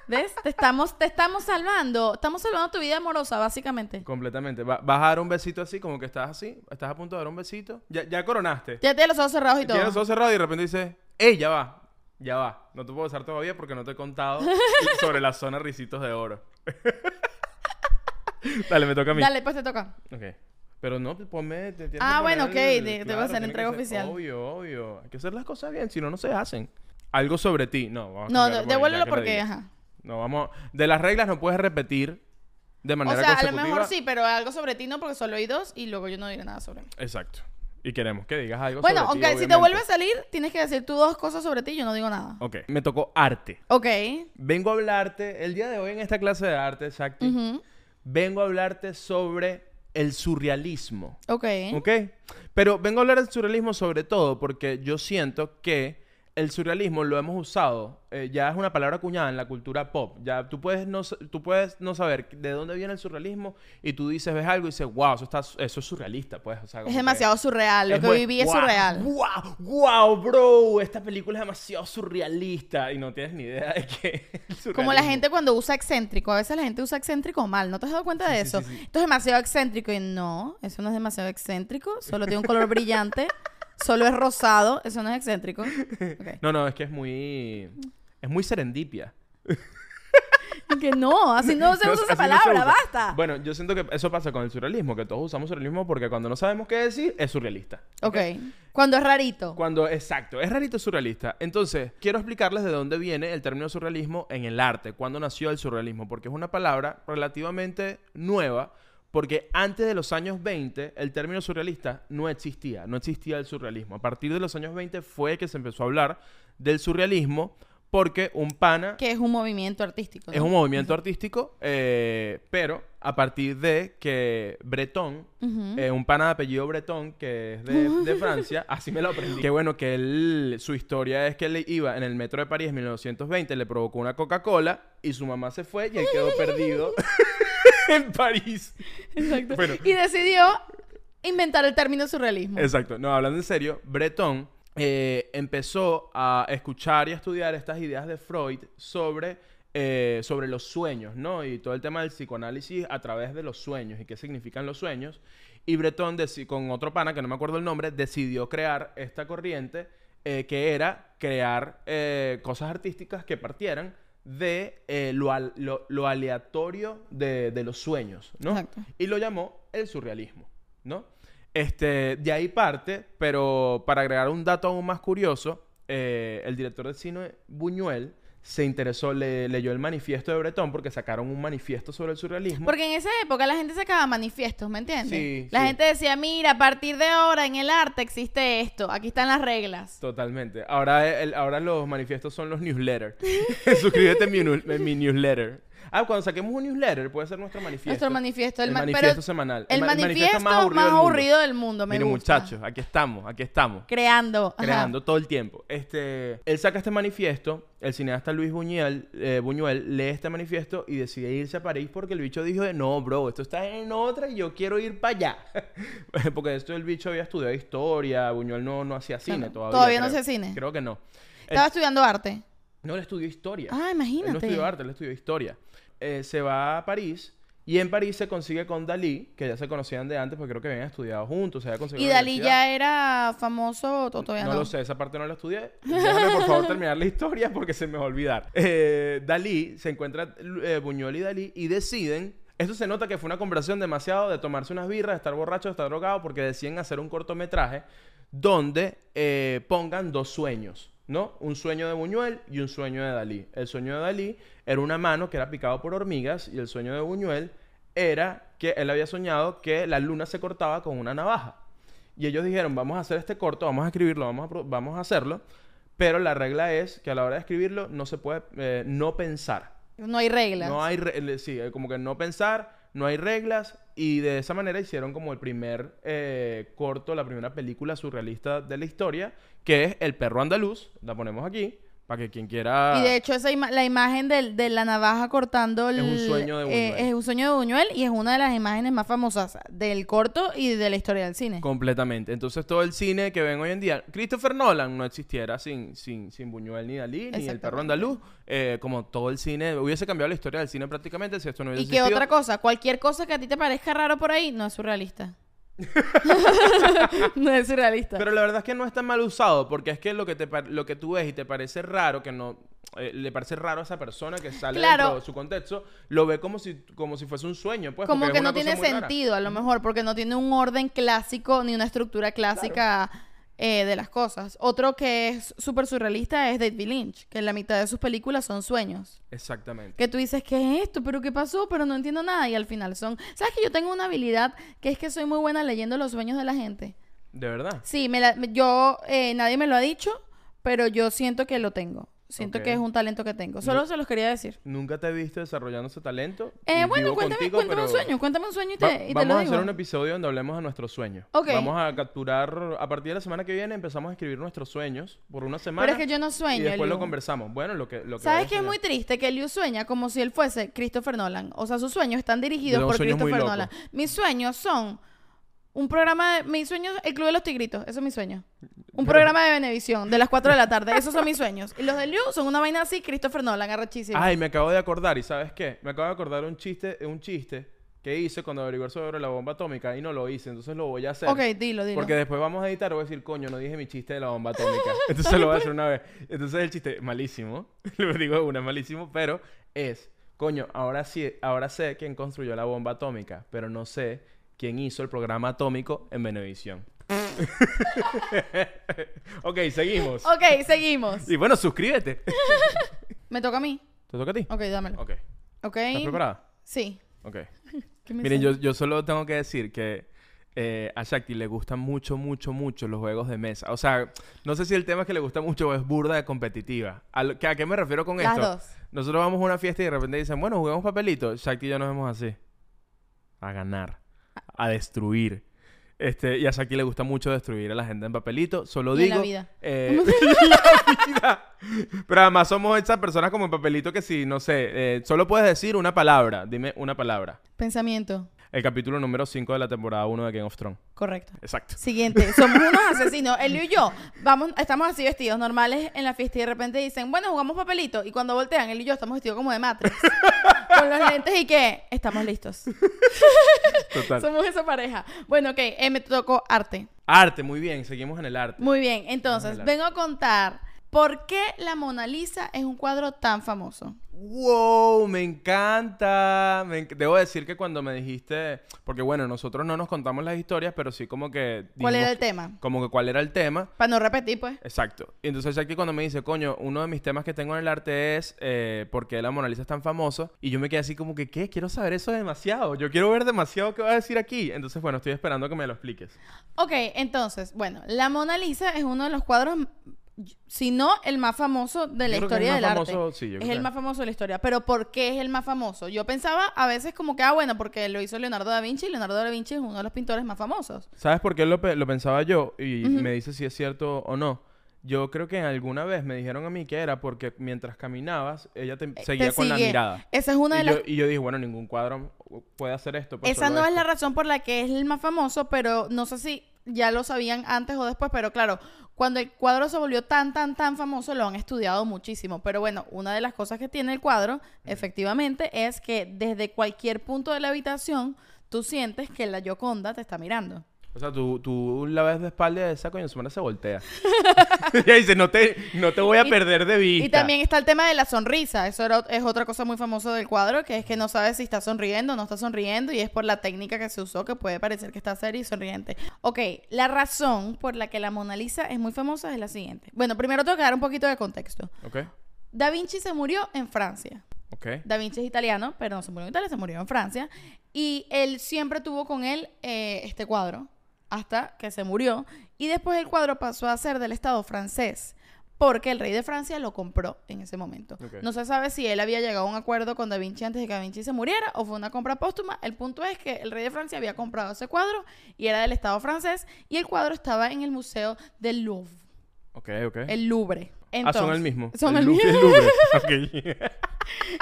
¿Ves? te, estamos, te estamos salvando. Estamos salvando tu vida amorosa, básicamente. Completamente. Va- vas a dar un besito así, como que estás así. Estás a punto de dar un besito. Ya, ya coronaste. Ya tienes los ojos cerrados y todo. Tiene los ojos cerrados y de repente dice, ¡Ey, ya va! Ya va. No te puedo besar todavía porque no te he contado sobre la zona Ricitos de Oro. Dale, me toca a mí. Dale, pues te toca. Ok. Pero no, pues, ponme... te tienes Ah, que poner bueno, el- ok, de- debo claro, hacer tiene entrega que ser- oficial. Obvio, obvio. Hay que hacer las cosas bien, si no, no se hacen. Algo sobre ti. No, vamos a No, cambiarlo de- por ahí, devuélvelo ya que lo porque, digas. ajá. No, vamos... De las reglas no puedes repetir de O manera sea, a lo consecutiva. mejor sí, pero algo sobre ti no, porque solo hay dos y luego yo no diré nada sobre mí. Exacto. Y queremos que digas algo Bueno, sobre ti, aunque si te obviamente. vuelve a salir, tienes que decir tú dos cosas sobre ti y yo no digo nada. Ok. Me tocó arte. Ok. Vengo a hablarte, el día de hoy en esta clase de arte, Shakti, Ujú. vengo a hablarte sobre el surrealismo. Ok. ¿Ok? Pero vengo a hablar del surrealismo sobre todo porque yo siento que el surrealismo lo hemos usado, eh, ya es una palabra acuñada en la cultura pop. Ya tú puedes no, sa- tú puedes no saber de dónde viene el surrealismo y tú dices, ves algo y dices, wow, eso, está, eso es surrealista, pues. O sea, como Es que- demasiado surreal. Lo que muy- viví es "Guau, surreal. Guau, guau, bro. Esta película es demasiado surrealista y no tienes ni idea de qué. es el Como la surrealismo. gente cuando usa excéntrico. A veces la gente usa excéntrico mal. ¿No te has dado cuenta de Sí, sí, eso? sí, sí. Esto es demasiado excéntrico. Y no, eso no es demasiado excéntrico. Solo tiene un color brillante. Solo es rosado. Eso no es excéntrico. Ok. No, no, es que es muy. Es muy serendipia. Que no, así no se No, así usa no esa palabra. usa. Basta. Bueno, yo siento que eso pasa con el surrealismo, que todos usamos surrealismo porque cuando no sabemos qué decir, es surrealista. ok. Cuando es rarito. Cuando, exacto, es rarito surrealista. Entonces, quiero explicarles de dónde viene el término surrealismo en el arte, cuándo nació el surrealismo, porque es una palabra relativamente nueva, porque antes de los años 20 el término surrealista no existía, no existía el surrealismo. A partir de los años 20 fue que se empezó a hablar del surrealismo porque un pana... Que es un movimiento artístico. ¿no? Es un movimiento artístico, eh, pero a partir de que Bretón, Ujú. eh, un pana de apellido Bretón, que es de, de Francia, así me lo aprendí. Que bueno, que él, su historia es que él iba en el metro de París en 1920, le provocó una Coca-Cola y su mamá se fue y él quedó perdido en París. Exacto. Bueno. Y decidió inventar el término surrealismo. Exacto. No, hablando en serio, Bretón eh, empezó a escuchar y a estudiar estas ideas de Freud sobre, eh, sobre los sueños, ¿no? Y todo el tema del psicoanálisis a través de los sueños y qué significan los sueños. Y Breton, deci- con otro pana, que no me acuerdo el nombre, decidió crear esta corriente eh, que era crear eh, cosas artísticas que partieran de eh, lo, al- lo- lo aleatorio de, de los sueños, ¿no? Exacto. Y lo llamó el surrealismo, ¿no? Este, de ahí parte, pero para agregar un dato aún más curioso, eh, el director de cine Buñuel se interesó, le- leyó el manifiesto de Breton porque sacaron un manifiesto sobre el surrealismo. Porque en esa época la gente sacaba manifiestos, ¿me entiendes? Sí, la sí. gente decía, mira, a partir de ahora en el arte existe esto, aquí están las reglas. Totalmente. Ahora, el- ahora los manifiestos son los newsletters. Suscríbete a mi, nu- a mi newsletter. Ah, cuando saquemos un newsletter puede ser nuestro manifiesto. Nuestro manifiesto, el, El ma- manifiesto pero semanal. El, ma- manifiesto, más aburrido, del mundo. del mundo, me Miren, gusta. muchachos, aquí estamos, aquí estamos. Creando. ajá. creando todo el tiempo. Este, él saca este manifiesto, el cineasta Luis Buñuel, eh, Buñuel lee este manifiesto y decide irse a París porque el bicho dijo, de, no, bro, esto está en otra y yo quiero ir para allá. porque esto el bicho había estudiado historia, Buñuel no, no hacía cine Claro. todavía. Todavía no creo. hacía cine. Creo que no. Él- Estaba estudiando arte. no, él estudió historia. Ah, Él no imagínate. estudió arte, él estudió historia. Eh, se va a París y en París se consigue con Dalí, que ya se conocían de antes porque creo que habían estudiado juntos, se había conseguido y en la Dalí universidad. ya era famoso o todavía No, no. lo sé, esa parte no la estudié. Déjame por favor terminar la historia porque se me va a olvidar. Eh, Dalí se encuentra eh, Buñuel y Dalí y deciden. Esto se nota que fue una conversación demasiado de tomarse unas birras, de estar borracho, de estar drogado, porque deciden hacer un cortometraje donde eh, pongan dos sueños, ¿no? Un sueño de Buñuel y un sueño de Dalí. El sueño de Dalí era una mano que era picado por hormigas y el sueño de Buñuel era que él había soñado que la luna se cortaba con una navaja. Y ellos dijeron, vamos a hacer este corto, vamos a escribirlo, vamos a, pro- vamos a hacerlo. Pero la regla es que a la hora de escribirlo no se puede eh, no pensar. No hay reglas. No hay, re- le- sí, eh, como que no pensar, no hay reglas. Y de esa manera hicieron como el primer eh, corto, la primera película surrealista de la historia, que es El perro andaluz. La ponemos aquí, para que quien quiera... Y de hecho esa ima- la imagen del- de, la navaja cortando el- Es un sueño de eh, Buñuel. es un sueño de Buñuel y es una de las imágenes más famosas del corto y de la historia del cine. Completamente. Entonces todo el cine que ven hoy en día, Christopher Nolan no existiera sin, sin, sin Buñuel ni Dalí, ni el perro Exactamente. andaluz, eh, como todo el cine, hubiese cambiado la historia del cine prácticamente si esto no hubiese y que existido. otra cosa, cualquier cosa que a ti te parezca raro por ahí, no es surrealista. no es surrealista. Pero la verdad es que no es tan mal usado, porque es que lo que, te, par- lo que tú ves y te parece raro, que no eh, le parece raro a esa persona que sale Claro. dentro de su contexto, lo ve como si, como si fuese un sueño. Pues, como porque que es una no tiene cosa muy rara. sentido, a lo mejor, porque no tiene un orden clásico ni una estructura clásica eh, de las cosas. Otro que es súper surrealista es David Lynch, que la mitad de sus películas son sueños. Exactamente. Que tú dices, ¿qué es esto? ¿Pero qué pasó? Pero no entiendo nada. Y al final son. ¿Sabes que yo tengo una habilidad que es que soy muy buena leyendo los sueños de la gente? De verdad. Sí, me la- me- yo. eh, nadie me lo ha dicho, pero yo siento que lo tengo. Siento Ok. que es un talento que tengo. Solo se los quería decir. Nunca te he visto desarrollando ese talento. Eh, y bueno, vivo cuéntame, contigo, cuéntame un pero- sueño. Cuéntame un sueño y te, Va- y te vamos lo a digo. hacer un episodio donde hablemos de nuestros sueños. Ok. Vamos a capturar, a partir de la semana que viene empezamos a escribir nuestros sueños por una semana. Pero es que yo no Y sueño. después lo Eliu. conversamos. Bueno, lo que... Lo que ¿Sabes vayas que es soñando. muy triste? Que Liu sueña como si él fuese Christopher Nolan. O sea, sus sueños están dirigidos Los por sueños muy Christopher locos. Nolan. Mis sueños son un programa de... Mis sueños... El Club de los Tigritos. Eso es mi sueño. Un programa de Venevisión de las 4 de la tarde. Esos son mis sueños. Y los de Liu son una vaina así, Christopher Nolan, arrechísimo. Ay, me acabo de acordar. ¿Y sabes qué? Me acabo de acordar un chiste, un chiste que hice cuando averigué sobre la bomba atómica y no lo hice. Entonces lo voy a hacer. ok, dilo, dilo. Porque después vamos a editar, voy a decir, coño, no dije mi chiste de la bomba atómica. Entonces lo voy a hacer una vez. Entonces el chiste, malísimo, lo digo de una, malísimo, pero es, coño, ahora sí, ahora sé quién construyó la bomba atómica, pero no sé quién hizo el programa atómico en Venevisión. ok, seguimos. Ok, seguimos. Y bueno, suscríbete. ¿Te Me toca a mí. toca a ti? Ok, dámelo. Ok. Ok. ¿Estás preparada? Sí. Ok. ¿Qué me Miren, yo, dices? yo solo tengo que decir que eh, a Shakti le gustan mucho, mucho, mucho los juegos de mesa. O sea, no sé si el tema es que le gusta mucho o es burda de competitiva. ¿A, lo- que- ¿a qué me refiero con Las esto? dos. Nosotros vamos a una fiesta y de repente dicen, bueno, juguemos papelito. Shakti y yo nos vemos así. A ganar. A destruir. Este, y a Shakti le gusta mucho destruir a la gente en papelito. Solo Y en digo. la vida. eh, y en la vida. Pero además somos esas personas como en papelito que si, no sé, eh, solo puedes decir una palabra. Dime una palabra. Pensamiento. el capítulo número 5 de la temporada 1 de Game of Thrones. Correcto. Exacto. Siguiente, somos unos asesinos. Elio y yo vamos, estamos así vestidos, normales en la fiesta y de repente dicen, bueno, jugamos papelito. Y cuando voltean, él y yo estamos vestidos como de Matrix. con los lentes y que estamos listos. Total. Somos esa pareja. Bueno, ok, eh, me tocó arte. Arte, muy bien, seguimos en el arte. Muy bien, entonces Vamos a hablar. vengo a contar por qué la Mona Lisa es un cuadro tan famoso. ¡Wow! Me encanta. Me enc- Debo decir que cuando me dijiste, porque bueno, nosotros no nos contamos las historias, pero sí como que... dijimos ¿Cuál era el tema? Como que cuál era el tema. Para no repetir, pues. Exacto. Y entonces aquí cuando me dice, coño, uno de mis temas que tengo en el arte es eh, por qué la Mona Lisa es tan famosa. Y yo me quedé así como que, ¿qué? Quiero saber eso demasiado. Yo quiero ver demasiado qué va a decir aquí. Entonces, bueno, estoy esperando que me lo expliques. Ok, entonces, bueno, la Mona Lisa es uno de los cuadros, si no el más famoso de la Yo creo que es el historia del más arte. famoso, sí, yo es creo el que- más famoso de la historia. Pero ¿por qué es el más famoso? Yo pensaba a veces como que, ah, bueno, porque lo hizo Leonardo da Vinci. y Leonardo da Vinci es uno de los pintores más famosos. ¿Sabes por qué lo, pe- lo pensaba yo? Y me dice si es cierto o no. Yo creo que alguna vez me dijeron a mí que era porque mientras caminabas, ella te seguía Eh, Te con la sigue. mirada. Esa es una de y, las yo, y yo dije, bueno, ningún cuadro puede hacer esto. pues, Esa solo no es esto. la razón por la que es el más famoso, pero no sé si ya lo sabían antes o después, pero claro, cuando el cuadro se volvió tan, tan, tan famoso, lo han estudiado muchísimo. Pero bueno, una de las cosas que tiene el cuadro, efectivamente, es que desde cualquier punto de la habitación, tú sientes que la Yoconda te está mirando. O sea, tú, tú la ves de espalda y esa coño, su mano se voltea. y ahí dice, no te, no te voy a Y- perder de vista. Y también está el tema de la sonrisa. Eso era ot- es otra cosa muy famosa del cuadro, que es que no sabes si está sonriendo o no está sonriendo, y es por la técnica que se usó que puede parecer que está serio y sonriente. Ok, la razón por la que la Mona Lisa es muy famosa es la siguiente. Bueno, primero tengo que dar un poquito de contexto. Ok, Da Vinci se murió en Francia. ok. Da Vinci es italiano, pero no se murió en Italia, se murió en Francia. Y él siempre tuvo con él eh, este cuadro, hasta que se murió. Y después el cuadro pasó a ser del Estado francés, porque el rey de Francia lo compró en ese momento. Ok. No se sabe si él había llegado a un acuerdo con Da Vinci antes de que Da Vinci se muriera o fue una compra póstuma. El punto es que el rey de Francia había comprado ese cuadro y era del Estado francés. Y el cuadro estaba en el Museo del Louvre, Ok, ok. el Louvre. ah, son Entonces- el mismo. Son el, Lu- mismo. Louvre. Ok.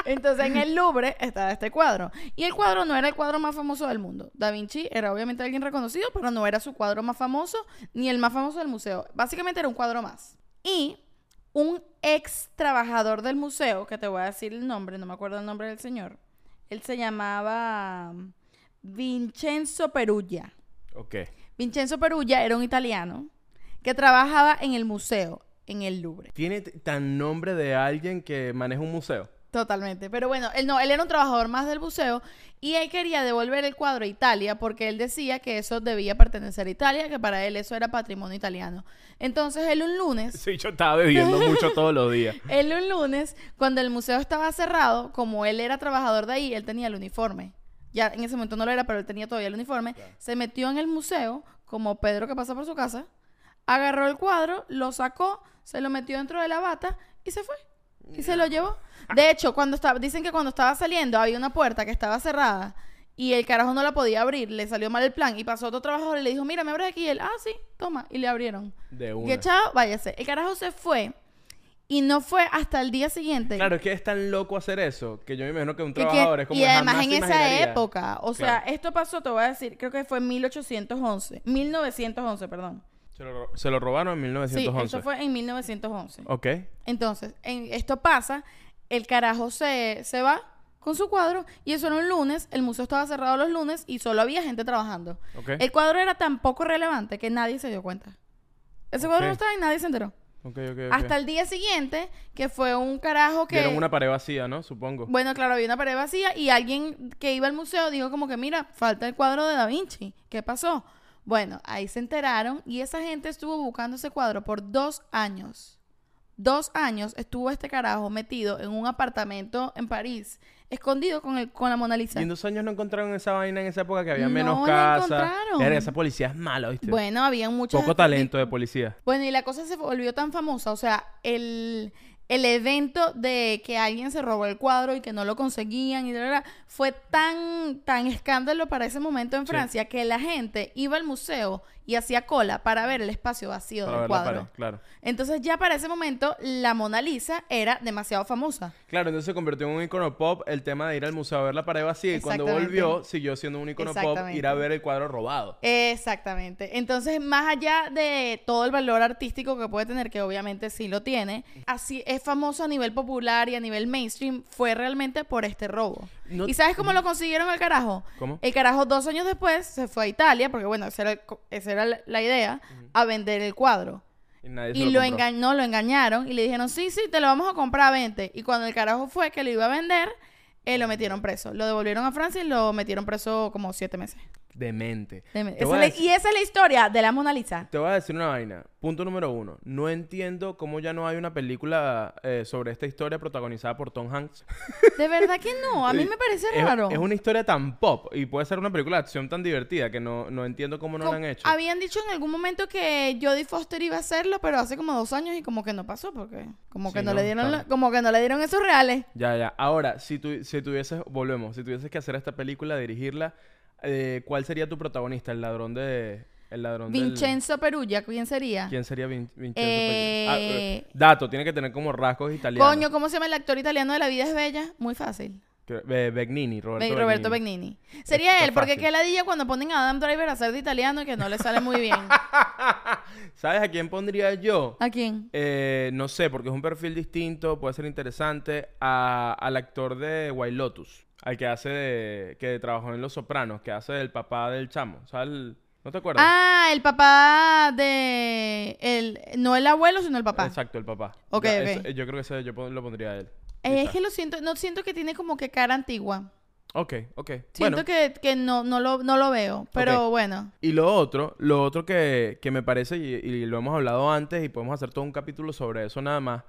Entonces en el Louvre estaba este cuadro. Y el cuadro no era el cuadro más famoso del mundo. Da Vinci era obviamente alguien reconocido, pero no era su cuadro más famoso ni el más famoso del museo. Básicamente era un cuadro más. Y un ex trabajador del museo, que te voy a decir el nombre, no me acuerdo el nombre del señor. Él se llamaba mm, Vincenzo Perugia. Ok. Vincenzo Perugia era un italiano que trabajaba en el museo, en el Louvre. Tiene t- tan nombre de alguien que maneja un museo. Totalmente. Pero bueno, él no, él era un trabajador más del buceo y él quería devolver el cuadro a Italia porque él decía que eso debía pertenecer a Italia, que para él eso era patrimonio italiano. Entonces él un lunes, Sí, yo estaba bebiendo mucho todos los días. él un lunes, cuando el museo estaba cerrado, como él era trabajador de ahí, él tenía el uniforme. Ya en ese momento no lo era, pero él tenía todavía el uniforme. Se metió en el museo, como Pedro que pasa por su casa, agarró el cuadro, lo sacó, se lo metió dentro de la bata y se fue. Y se lo llevó. De hecho, cuando estaba, dicen que cuando estaba saliendo había una puerta que estaba cerrada y el carajo no la podía abrir, le salió mal el plan y pasó otro trabajador y le dijo, mira, me abres aquí y él, ah, sí, toma, y le abrieron. De una. Que chao, váyase. El carajo se fue y no fue hasta el día siguiente. Claro, es que es tan loco hacer eso que yo me imagino que un Que- que- trabajador es como y que además jamás en se esa imaginaría. época, o sea, Claro. esto pasó, te voy a decir, creo que fue en 1811, 1911, perdón. Se lo, ro- se lo robaron en Sí, 1911. esto fue en 1911. Ok. Entonces, en- esto pasa, el carajo se, se va con su cuadro y eso era un lunes, el museo estaba cerrado los lunes y solo había gente trabajando. Ok. El cuadro era tan poco relevante que nadie se dio cuenta. Ese cuadro Ok. no estaba y nadie se enteró. Ok, ok, ok. Hasta el día siguiente, que fue un carajo que... Vieron una pared vacía, ¿no? Supongo. Bueno, claro, había una pared vacía y alguien que iba al museo dijo como que, mira, falta el cuadro de Da Vinci. ¿Qué pasó? Bueno, ahí se enteraron y esa gente estuvo buscando ese cuadro por dos años. Dos años estuvo este carajo metido en un apartamento en París, escondido con, el, con la Mona Lisa. Y en dos años no encontraron esa vaina en esa época que había No menos la casas. encontraron. Verga, esa policía es mala, ¿viste? Bueno, habían muchos... Poco talento de policía. Bueno, y la cosa se volvió tan famosa, o sea, el, el evento de que alguien se robó el cuadro y que no lo conseguían y bla, bla, bla, fue tan, tan escándalo para ese momento en Sí. Francia que la gente iba al museo y hacía cola para ver el espacio vacío Para del ver la pared, cuadro. claro. Entonces ya para ese momento la Mona Lisa era demasiado famosa. Claro, entonces se convirtió en un icono pop el tema de ir al museo a ver la pared vacía y cuando Exactamente. volvió siguió siendo un icono pop ir a Exactamente. ver el cuadro robado. Exactamente. Entonces, más allá de todo el valor artístico que puede tener, que obviamente sí lo tiene, así es famoso a nivel popular y a nivel mainstream, fue realmente por este robo. No- ¿Y sabes cómo lo consiguieron el carajo? ¿Cómo? El carajo dos años después se fue a Italia, porque bueno, esa era, el co- esa era la- la idea, a vender el cuadro. Y, nadie se Y lo, compró. engañó, lo engañaron y le dijeron, sí, sí, te lo vamos a comprar a 20. Y cuando el carajo fue que lo iba a vender, eh, lo metieron preso. Lo devolvieron a Francia y lo metieron preso como siete meses. Demente. Deme- Te esa voy a es la- decir- y esa es la historia de la Mona Lisa. Te voy a decir una vaina. Punto número uno. No entiendo cómo ya no hay una película eh, sobre esta historia protagonizada por Tom Hanks. De verdad que no, a mí me parece Es- raro. Es, una historia tan pop y puede ser una película de acción tan divertida que no, no entiendo cómo no la Como- han hecho. Habían dicho en algún momento que Jodie Foster iba a hacerlo, pero hace como dos años y como que no pasó porque como que Sí, no, no, le dieron, claro. la- como que no le dieron esos reales. Ya, ya. Ahora, si, tu- si tuvieses, volvemos, si tuvieses que hacer esta película, dirigirla, eh, ¿cuál sería tu protagonista? El ladrón de... El ladrón del- Vincenzo Perugia, ¿quién sería? ¿Quién sería Vin- Vincenzo? Eh, Pelli- Ah, eh, dato, tiene que tener como rasgos italianos. Coño, ¿cómo se llama el actor italiano de La vida es bella? Muy fácil. Que- Be- eh, Begnini, Roberto Be- Begnini. Roberto Benigni. Sería Está él, porque fácil. qué ladilla cuando ponen a Adam Driver a ser de italiano y que no le sale muy bien. ¿Sabes a quién pondría yo? ¿A quién? Eh, no sé, porque es un perfil distinto, puede ser interesante. a- al actor de White Lotus, al que hace de- que trabajó en Los Sopranos, que hace del papá del chamo. ¿Sabes? el- ¿No te acuerdas? Ah, el papá de... El, no el abuelo, sino el papá. Exacto, el papá. Ok, yo, ok. eso- yo creo que ese yo pon- lo pondría a él. Eh, es Quizá. que lo siento, no siento que tiene como que cara antigua. Ok, ok. Siento bueno. que, que no, no, lo, no lo veo, pero bueno. Y lo otro, lo otro que, que me parece, y, y lo hemos hablado antes, y podemos hacer todo un capítulo sobre eso nada más,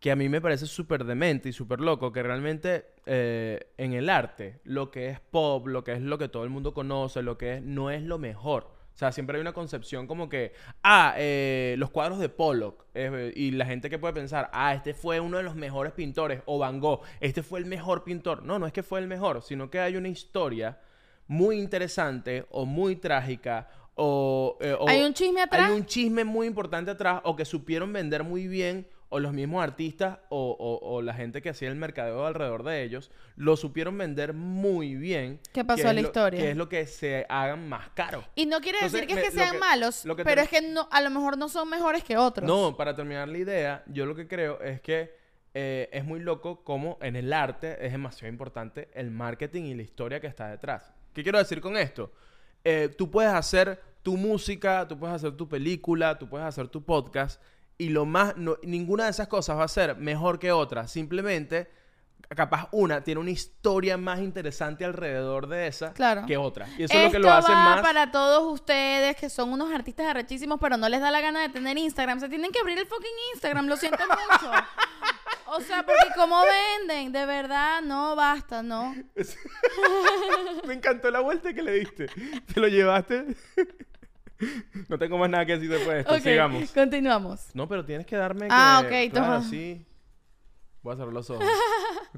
que a mí me parece súper demente y súper loco, que realmente eh, en el arte, lo que es pop, lo que es lo que todo el mundo conoce, lo que es, no es lo mejor. O sea, siempre hay una concepción como que, ah, eh, los cuadros de Pollock, eh, y la gente que puede pensar, ah, este fue uno de los mejores pintores, o Van Gogh, este fue el mejor pintor. No, no es que fue el mejor, sino que hay una historia muy interesante o muy trágica o, eh, o- Hay un chisme atrás. hay un chisme muy importante atrás o que supieron vender muy bien o los mismos artistas o, o- o la gente que hacía el mercadeo alrededor de ellos lo supieron vender muy bien. ¿Qué pasó que a es la lo- historia? Que es lo que se hagan más caro. Y no quiere decir Entonces, que me- es que lo sean que- malos, lo que pero tenemos- es que no, a lo mejor no son mejores que otros. No, para terminar la idea, yo lo que creo es que eh, es muy loco como en el arte es demasiado importante el marketing y la historia que está detrás. ¿Qué quiero decir con esto? Eh, tú puedes hacer tu música, tú puedes hacer tu película, tú puedes hacer tu podcast y lo más, no- ninguna de esas cosas va a ser mejor que otra. Simplemente, capaz una tiene una historia más interesante alrededor de esa Claro. que otra. Y eso Esto es lo que lo hace va más. para todos ustedes que son unos artistas arrechísimos, pero no les da la gana de tener Instagram. Se tienen que abrir el fucking Instagram, lo siento mucho. O sea, porque como venden, de verdad, no basta, ¿no? Me encantó la vuelta que le diste. ¿Te lo llevaste? no tengo más nada que decir después de esto. Ok, Sigamos. continuamos. No, pero tienes que darme Ah, que... ok, claro, toma. sí. Voy a cerrar los ojos.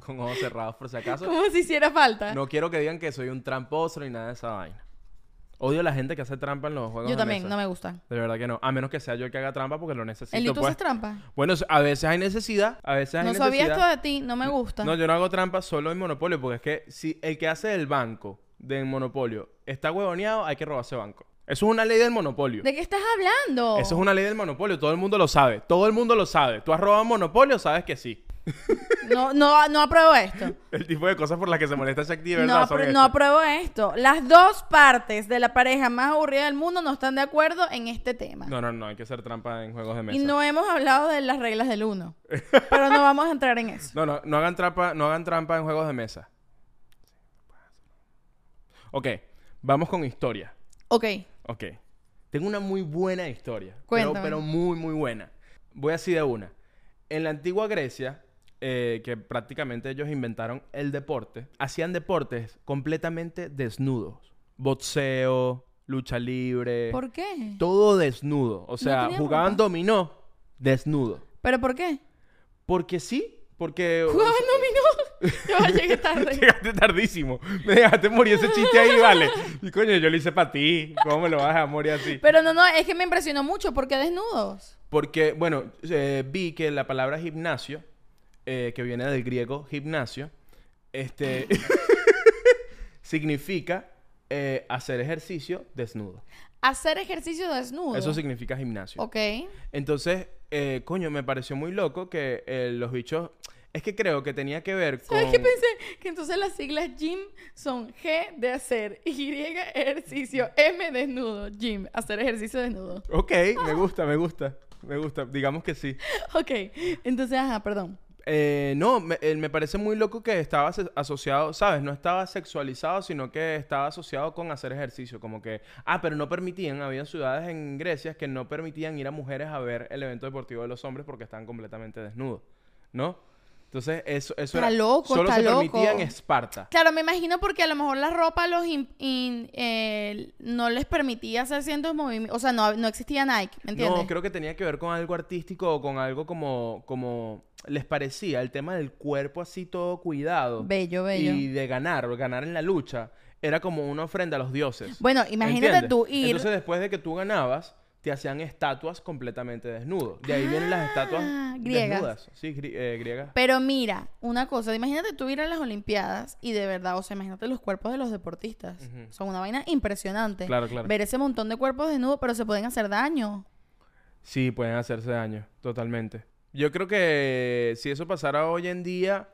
Con ojos cerrados, por si acaso. Como si hiciera falta. No quiero que digan que soy un tramposo ni nada de esa vaina. Odio a la gente que hace trampa en los juegos Yo de también, mesa. no me gustan. De verdad que no. A menos que sea yo el que haga trampa porque lo necesito. ¿El YouTube pues. es trampa? Bueno, a veces hay necesidad. A veces hay No necesidad. sabía esto de ti, no me gusta. No, yo no hago trampa solo en Monopolio, porque es que si el que hace el banco del Monopolio está huevoneado, hay que robarse banco. Eso es una ley del Monopolio. ¿De qué estás hablando? Eso es una ley del Monopolio, todo el mundo lo sabe. Todo el mundo lo sabe. Tú has robado Monopolio, sabes que sí. No, no, no apruebo esto. El tipo de cosas por las que se molesta Shakti, de No, ¿verdad? son apro- esas. no apruebo esto. Las dos partes de la pareja más aburrida del mundo no están de acuerdo en este tema. no, no, no, hay que hacer trampa en juegos de mesa. Y no hemos hablado de las reglas del uno. Pero no vamos a entrar en eso. No, no, no hagan trampa, no hagan trampa en juegos de mesa. Ok, vamos con historia. Ok. Ok. Tengo una muy buena historia. pero- Cuéntame. Pero, muy, muy buena. Voy así de una. En la antigua Grecia, eh, que prácticamente ellos inventaron el deporte, hacían deportes completamente desnudos. Boxeo, lucha libre. ¿Por qué? Todo desnudo. O sea, tenían jugaban ropa. dominó desnudo. ¿Pero por qué? Porque sí, porque... Juan, no, mi no. Yo llegué tarde. Llegaste tardísimo. Me dejaste morir ese chiste ahí, vale. Y coño, yo lo hice para ti. ¿Cómo me lo vas a dejar morir así? Pero no, no, es que me impresionó mucho. ¿Por qué desnudos? Porque, bueno, eh, vi que la palabra gimnasio, eh, que viene del griego gimnasio, este, significa eh, hacer ejercicio desnudo. Hacer ejercicio desnudo. Eso significa gimnasio. Ok. Entonces, eh, coño, me pareció muy loco que eh, los bichos... Es que creo que tenía que ver con... ¿Sabes qué pensé? Que entonces las siglas gym son G de hacer, Y ejercicio, M desnudo, gym, hacer ejercicio desnudo. Ok, me gusta, me gusta. Me gusta, digamos que sí. Ok, entonces, ajá, perdón. Eh, no, me, eh, me parece muy loco que estaba se- asociado, ¿sabes? No estaba sexualizado, sino que estaba asociado con hacer ejercicio. Como que, ah, pero no permitían, había ciudades en Grecia que no permitían ir a mujeres a ver el evento deportivo de los hombres porque estaban completamente desnudos, ¿no? Entonces, eso, eso Está era- loco, solo está se loco. permitía en Esparta. Claro, me imagino porque a lo mejor la ropa los in- in- eh, no les permitía hacer ciertos movimientos. O sea, no, no existía Nike, ¿me entiendes? No, creo que tenía que ver con algo artístico o con algo como, como les parecía, el tema del cuerpo así todo cuidado. Bello, bello. Y de ganar, o ganar en la lucha, era como una ofrenda a los dioses. Bueno, imagínate ¿Entiendes? tú ir. Entonces, después de que tú ganabas, te hacían estatuas completamente desnudos. De ahí vienen las estatuas Ah, griegas. desnudas. Sí, gri- eh, griegas. Pero mira, una cosa, imagínate tú ir a las Olimpiadas y de verdad, o sea, imagínate los cuerpos de los deportistas. Ujú. Son una vaina impresionante. Claro, claro. Ver ese montón de cuerpos desnudos, pero se pueden hacer daño. Sí, pueden hacerse daño, totalmente. Yo creo que si eso pasara hoy en día,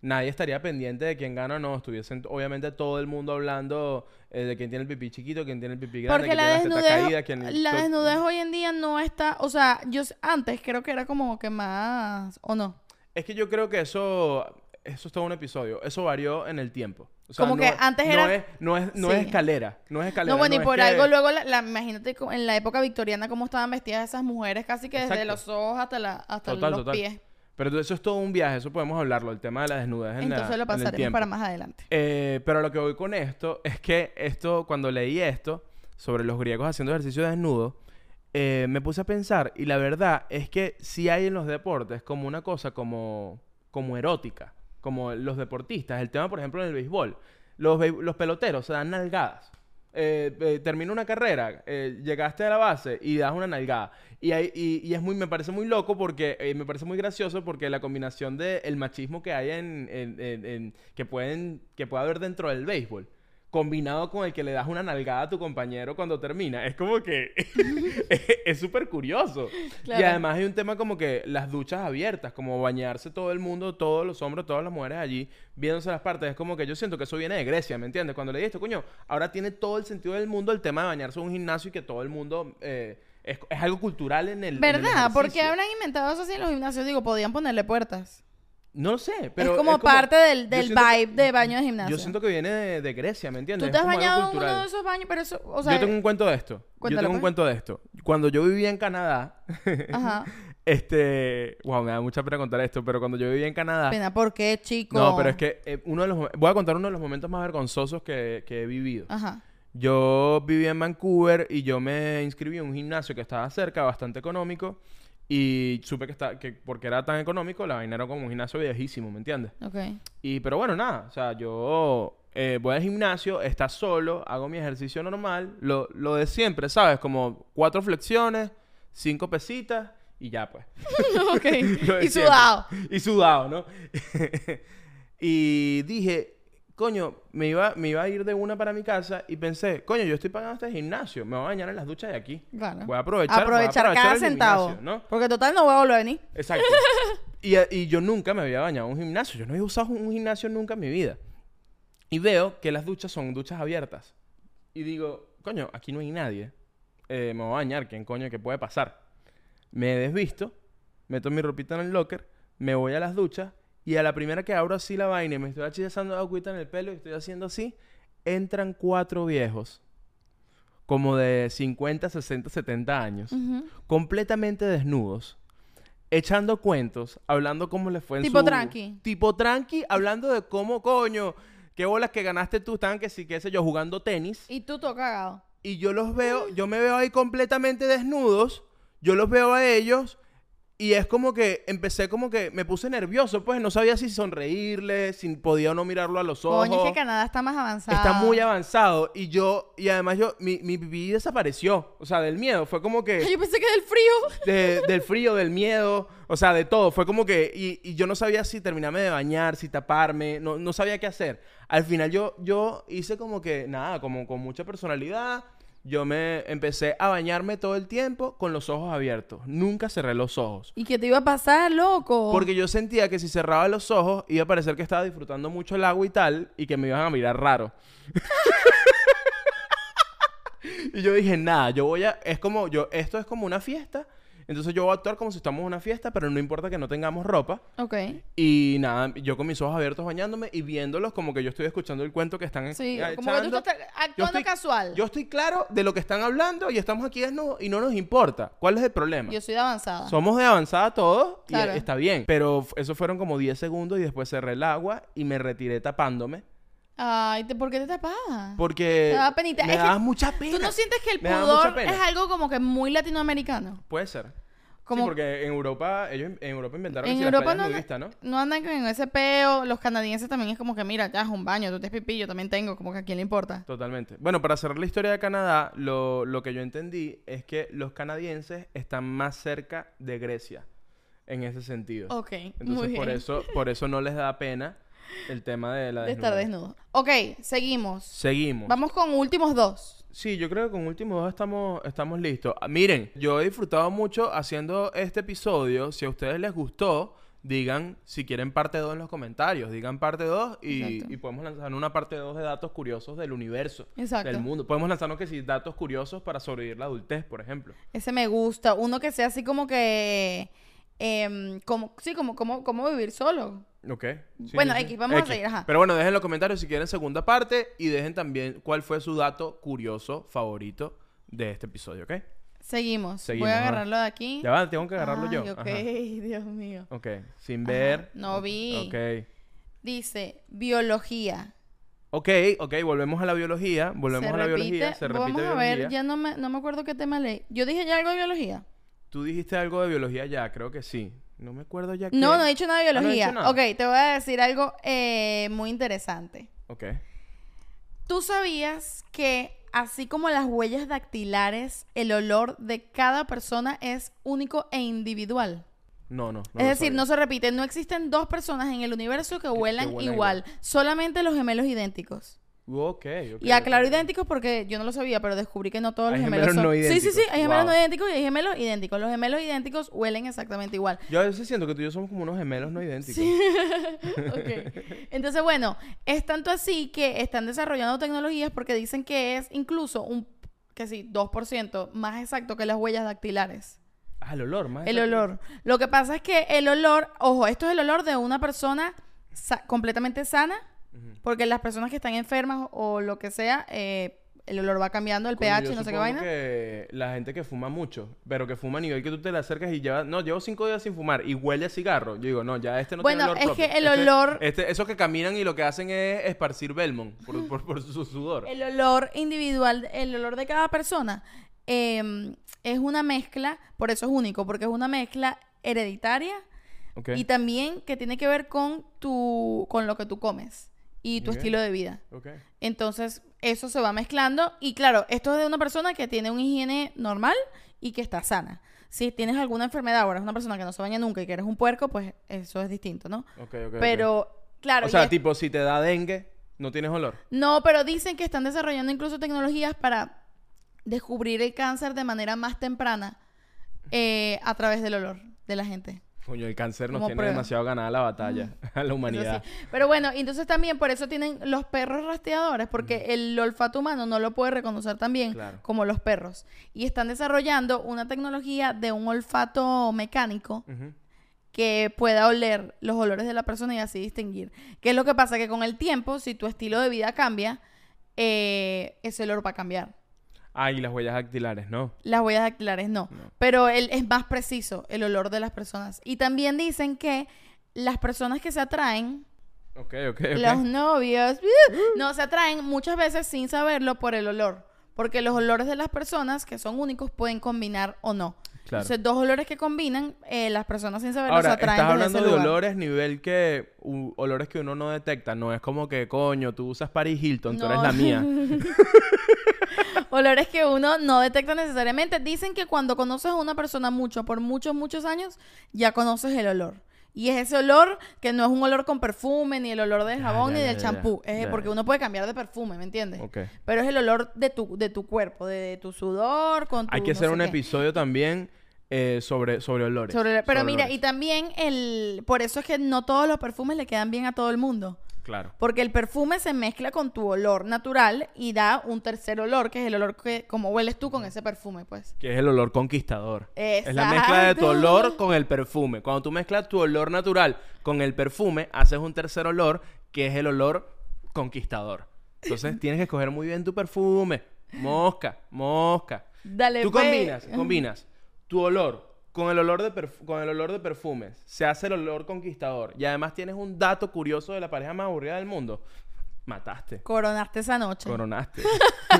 nadie estaría pendiente de quién gana o no. Estuviesen obviamente todo el mundo hablando eh, de quién tiene el pipí chiquito, quién tiene el pipí grande, quién Porque tiene la las tetas caídas, desnudez, quién... la to- desnudez hoy en día no está, o sea, yo s- antes creo que era como que más, o no. Es que yo creo que eso... Eso es todo un episodio. Eso varió en el tiempo. O Como que antes no era- Es, no es, no es Sí. escalera. No es escalera. no, bueno, y es por que- algo luego, la, la- imagínate co- en la época victoriana cómo estaban vestidas esas mujeres, casi que desde Exacto. los ojos hasta, la, hasta Total, los total. pies. Pero eso es todo un viaje. Eso podemos hablarlo. El tema de la desnudez en, la- Entonces lo en el pasaremos tiempo. para más adelante. Eh, pero lo que voy con esto es que esto, cuando leí esto sobre los griegos haciendo ejercicio desnudo, eh, me puse a pensar y la verdad es que sí hay en los deportes como una cosa como, como erótica, como los deportistas. El tema, por ejemplo, en el béisbol. Los, bei- los peloteros se dan nalgadas. Eh, eh, termina una carrera, eh, llegaste a la base y das una nalgada. Y, hay- y, y es muy, me parece muy loco porque eh, me parece muy gracioso porque la combinación del el machismo que hay en, en- en- en- que pueden que puede haber dentro del béisbol combinado con el que le das una nalgada a tu compañero cuando termina. Es como que es- es súper curioso. Y Claro. además hay un tema como que las duchas abiertas, como bañarse todo el mundo, todos los hombres, todas las mujeres allí, viéndose las partes. Es como que yo siento que eso viene de Grecia, ¿me entiendes? Cuando leí esto, coño, ahora tiene todo el sentido del mundo el tema de bañarse en un gimnasio y que todo el mundo... eh, es, es algo cultural en el... en el ¿Verdad? Porque ejercicio. habrán inventado eso así en los gimnasios, digo, podían ponerle puertas. No lo sé, pero... es, como parte del, yo del siento que- vibe de baño de gimnasio. Yo siento que viene de, de Grecia, ¿me entiendes? Tú Es te has como algo bañado en cultural. uno de esos baños, pero eso, o sea, yo tengo un cuento de esto. yo cuéntalo, tengo un pues. cuento de esto. Cuando yo vivía en Canadá, ajá. este, wow, me da mucha pena contar esto, pero cuando yo vivía en Canadá, Pena, ¿por qué, chico? Ah. no, pero es que eh, uno de los, voy a contar uno de los momentos más vergonzosos que, que he vivido. Ajá. Yo vivía en Vancouver y yo me inscribí en un gimnasio que estaba cerca, bastante económico, y supe que está, que porque era tan económico, la vaina era como un gimnasio viejísimo, ¿me entiendes? Ok. Y, pero bueno, nada. O sea, yo eh, voy al gimnasio, está solo, hago mi ejercicio normal, lo, lo de siempre, ¿sabes? Como cuatro flexiones, cinco pesitas y ya, pues. ok. Lo de y siempre. sudado. Y sudado, ¿no? y dije, coño, me iba, me iba a ir de una para mi casa y pensé, coño, yo estoy pagando este gimnasio, me voy a bañar en las duchas de aquí. Claro. Voy a aprovechar, voy a Ah. Aprovechar cada el centavo. gimnasio, ¿no? Porque total no voy a volver a venir. Exacto. y, y yo nunca me había bañado en un gimnasio. Yo no había usado un gimnasio nunca en mi vida. Y veo que las duchas son duchas abiertas. Y digo, coño, aquí no hay nadie. Eh, me voy a bañar. ¿Quién coño? ¿Qué puede pasar? Me desvisto, meto mi ropita en el locker, me voy a las duchas y a la primera que abro así la vaina y me estoy achillazando agüita en el pelo y estoy haciendo así, entran cuatro viejos, como de 50, 60, 70 años Ujú. completamente desnudos, echando cuentos, hablando cómo les fue en Tipo su- tranqui. Tipo tranqui, hablando de cómo, coño, qué bolas que ganaste tú, estaban que sí, qué sé yo, jugando tenis. Y tú todo cagado. Y yo los veo, yo me veo ahí completamente desnudos, yo los veo a ellos, Y es como que empecé como que me puse nervioso, pues no sabía si sonreírle, si podía o no mirarlo a los ojos. Coño, es que Canadá está más avanzado. Está muy avanzado y yo, y además yo, mi, mi pipí desapareció, o sea, del miedo, fue como que... Yo pensé que del frío. de- del frío, del miedo, o sea, de todo. Fue como que, y, y yo no sabía si terminarme de bañar, si taparme, no, no sabía qué hacer. Al final yo, yo hice como que, nada, como con mucha personalidad, yo me empecé a bañarme todo el tiempo con los ojos abiertos. Nunca cerré los ojos. ¿Y qué te iba a pasar, loco? Porque yo sentía que si cerraba los ojos iba a parecer que estaba disfrutando mucho el agua y tal, y que me iban a mirar raro. y yo dije, nada, yo voy a. Es como, yo, esto es como una fiesta. Entonces yo voy a actuar como si estamos en una fiesta, pero no importa que no tengamos ropa. Ok. Eh, Y nada, yo con mis ojos abiertos bañándome y viéndolos como que yo estoy escuchando el cuento que están Sí, eh, como que tú echando. estás Yo actuando estoy- casual. Yo estoy claro de lo que están hablando y estamos aquí desnudos y no nos importa. ¿Cuál es el problema? Yo soy de avanzada. Somos de avanzada todos y Claro. eh, está bien. Pero f- eso fueron como 10 segundos y después cerré el agua y me retiré tapándome. Ay, ¿te- ¿por qué te tapas? Porque Te daba penita. me Es que daba mucha pena. ¿Tú no sientes que el Me daba mucha pudor pena. es algo como que muy latinoamericano? Puede ser. Como Sí, porque en Europa, ellos en- en Europa inventaron en que si las Europa playas no, andan- nudistas, ¿no? no andan con ese peo. Los canadienses también es como que, mira, ya es un baño, tú te pipí, yo también tengo, como que a quién le importa. Totalmente. Bueno, para cerrar la historia de Canadá, lo, lo que yo entendí es que los canadienses están más cerca de Grecia en ese sentido. Ok, muy Entonces, bien. por eso, por eso no les da pena el tema de la de estar desnudez. desnudo. Ok, seguimos. Seguimos. Vamos con últimos dos. Sí, yo creo que con últimos dos estamos, estamos listos. Ah, Miren, yo he disfrutado mucho haciendo este episodio. Si a ustedes les gustó, digan si quieren parte 2 en los comentarios. Digan parte 2 y, Exacto. y podemos lanzar una parte 2 de datos curiosos del universo, Exacto. del mundo. Podemos lanzarnos que si datos curiosos para sobrevivir la adultez, por ejemplo. Ese me gusta. Uno que sea así como que. em, como, sí, como, como, como vivir solo. Ok. sí, Bueno, sí, sí. X, vamos a seguir, ajá. Pero bueno, dejen en los comentarios si quieren segunda parte y dejen también cuál fue su dato curioso favorito de este episodio, ¿ok? Seguimos. Seguimos, Voy a ajá. agarrarlo de aquí. Ya va, tengo que agarrarlo Ay, yo. Ok, Ajá. Dios mío. Ok, sin Ajá, ver. no Ok, vi. Ok. Dice biología. Ok, ok, volvemos a la biología. Volvemos Se a la repite- biología. Se repite Vamos a biología. ver, ya no me, no me acuerdo qué tema leí. Yo dije ya algo de biología. Tú dijiste algo de biología ya, creo que sí. No me acuerdo ya. No, qué. no he dicho nada de Ah, no he biología. dicho nada. Ok, te voy a decir algo eh, muy interesante. Ok. ¿Tú sabías que así como las huellas dactilares, el olor de cada persona es único e individual? No, no. es decir, no se repite, no existen dos personas en el universo que huelan huelan igual, solamente los gemelos idénticos. no. Ok, ok. Y aclaro ok. idénticos porque yo no lo sabía, pero descubrí que no todos los Hay gemelos, gemelos son. no sí, sí, sí, idénticos. hay gemelos no Wow. idénticos y hay gemelos idénticos. Los gemelos idénticos huelen exactamente igual. Yo a veces siento que tú y yo somos como unos gemelos no idénticos. Ok. Entonces, bueno, es tanto así que están desarrollando tecnologías porque dicen que es incluso un, que sí, 2% más exacto que las huellas dactilares. Ah, el olor, más. El exacto. olor. Lo que pasa es que el olor, ojo, esto es el olor de una persona sa- completamente sana, Ujú. porque las personas que están enfermas o lo que sea, eh, el olor va cambiando, el Coño, pH, yo no sé qué supongo vaina. que la gente que fuma mucho, pero que fuma a nivel que tú te le acercas y lleva, no, llevo cinco días sin fumar y huele a cigarro. Yo digo, no, ya este no Bueno, tiene olor es propio. que el Este- olor- Este, esos que caminan y lo que hacen es esparcir Belmont por, por- por su sudor. El olor individual, el olor de cada persona eh, es una mezcla, por eso es único, porque es una mezcla hereditaria Ok. y también que tiene que ver con tu, con lo que tú comes y tu Ok. estilo de vida. Ok. Entonces eso se va mezclando y claro, esto es de una persona que tiene una higiene normal y que está sana. Si tienes alguna enfermedad, ahora es una persona que no se baña nunca y que eres un puerco, pues eso es distinto, ¿no? Ok, ok, ok. Pero claro, o y sea, es- tipo, si te da dengue, no tienes olor. No, pero dicen que están desarrollando incluso tecnologías para descubrir el cáncer de manera más temprana eh, a través del olor de la gente. Coño, el cáncer nos Como tiene prueba. demasiado ganada la batalla a la Eso humanidad. sí. Pero bueno, y entonces también por eso tienen los perros rastreadores, porque el olfato humano no lo puede reconocer tan bien Claro. como los perros. Y están desarrollando una tecnología de un olfato mecánico Ujú. que pueda oler los olores de la persona y así distinguir. ¿Qué es lo que pasa? Que con el tiempo, si tu estilo de vida cambia, eh, ese olor va a cambiar. Ah, y las huellas dactilares, ¿no? Las huellas dactilares no. Pero el- es más preciso el olor de las personas. Y también dicen que las personas que se atraen, Ok, ok, ok. los novios, ¡Uh! no se atraen muchas veces sin saberlo por el olor. Porque los olores de las personas que son únicos pueden combinar o no. Claro. Entonces, dos olores que combinan, eh, las personas sin saber Ahora, los atraen estás desde hablando ese de lugar. olores nivel que... u- olores que uno no detecta. No es como que, coño, tú usas Paris Hilton, tú eres No. la mía. Olores que uno no detecta necesariamente. Dicen que cuando conoces a una persona mucho, por muchos, muchos años, ya conoces el olor. Y es ese olor que no es un olor con perfume, ni el olor del Ya, jabón, ya, ni ya, del ya, ya. champú. Es Ya, porque ya. uno puede cambiar de perfume, ¿me entiendes? Ok. Pero es el olor de tu, de tu cuerpo, de, tu sudor, con tu Hay que no hacer sé un qué. episodio también eh, sobre, sobre olores. Sobre el- pero Sobre mira, y olores. también el... Por eso es que no todos los perfumes le quedan bien a todo el mundo. Claro. Porque el perfume se mezcla con tu olor natural y da un tercer olor, que es el olor que como hueles tú con ese perfume, pues. Que es el olor conquistador. Es la mezcla de tu Exacto. olor con el perfume. Cuando tú mezclas tu olor natural con el perfume, haces un tercer olor que es el olor conquistador. Entonces tienes que escoger muy bien tu perfume. Mosca, mosca. Dale, Tú pues. combinas, combinas tu olor con el olor de perf- con el olor de perfumes. Se hace el olor conquistador. Y además tienes un dato curioso de la pareja más aburrida del mundo. Mataste. Coronaste esa noche. Coronaste.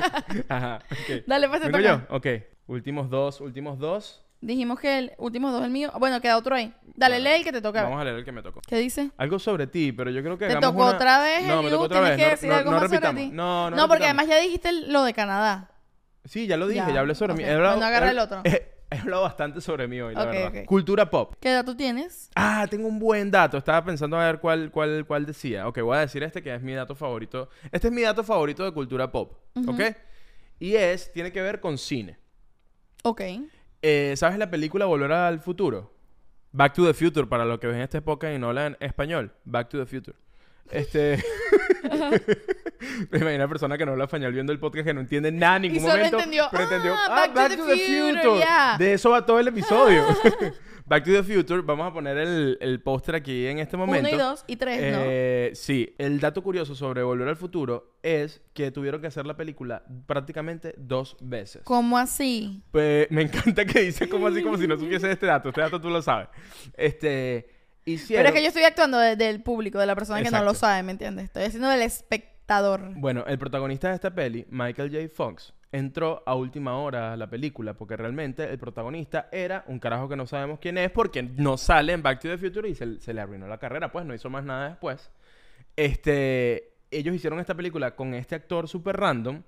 Ajá. ok. Dale, pues te ¿Vengo toca. yo? Ok. Últimos dos, últimos dos. Dijimos que el último dos es el mío. Bueno, queda otro ahí. Dale, Bueno, lee el que te toca. Vamos a leer el que me tocó. ¿Qué dice? Algo sobre ti, pero yo creo que Te hagamos tocó una- otra vez, No, me tocó Eliud, otra vez. tienes que no, decir no- algo no más sobre repitamos. ti. No, no porque repitamos. además ya dijiste lo de Canadá. Sí, ya lo dije, Ya, ya, hablé sobre mí. ok. He hablado, Bueno, agarra he- el otro. He, he hablado bastante sobre mí hoy, la Ok, verdad. ok. Cultura pop. ¿Qué edad tú tienes? Ah, tengo un buen dato. Estaba pensando a ver cuál, cuál, cuál decía. Ok, voy a decir este que es mi dato favorito. Este es mi dato favorito de cultura pop. ¿Ok? Y es, tiene que ver con cine. Ok. Eh, ¿Sabes la película Volver al Futuro? Back to the Future, para los que ven esta época y no hablan español. Back to the Future. Este. Me imagino a una persona que no habla español viendo el podcast que no entiende nada en ningún Y solo momento. entendió, pero "Ah, entendió. Back to the Future, ya". De eso va todo el episodio. Back to the Future. Vamos a poner el, el póster aquí en este momento. Uno y dos y tres, ¿no? Eh, Sí, el dato curioso sobre Volver al Futuro es que tuvieron que hacer la película prácticamente dos veces. ¿Cómo así? Pues me encanta que dices como así, como si no supiese este dato. Este dato tú lo sabes. Este. Hicieron... Pero es que yo estoy actuando de- del público, de la persona que no Exacto. lo sabe, ¿me entiendes? Estoy haciendo del espectador. Bueno, el protagonista de esta peli, Michael J. Fox, entró a última hora a la película porque realmente el protagonista era un carajo que no sabemos quién es porque no sale en Back to the Future y se, se le arruinó la carrera, pues no hizo más nada después. Este, ellos hicieron esta película con este actor super random,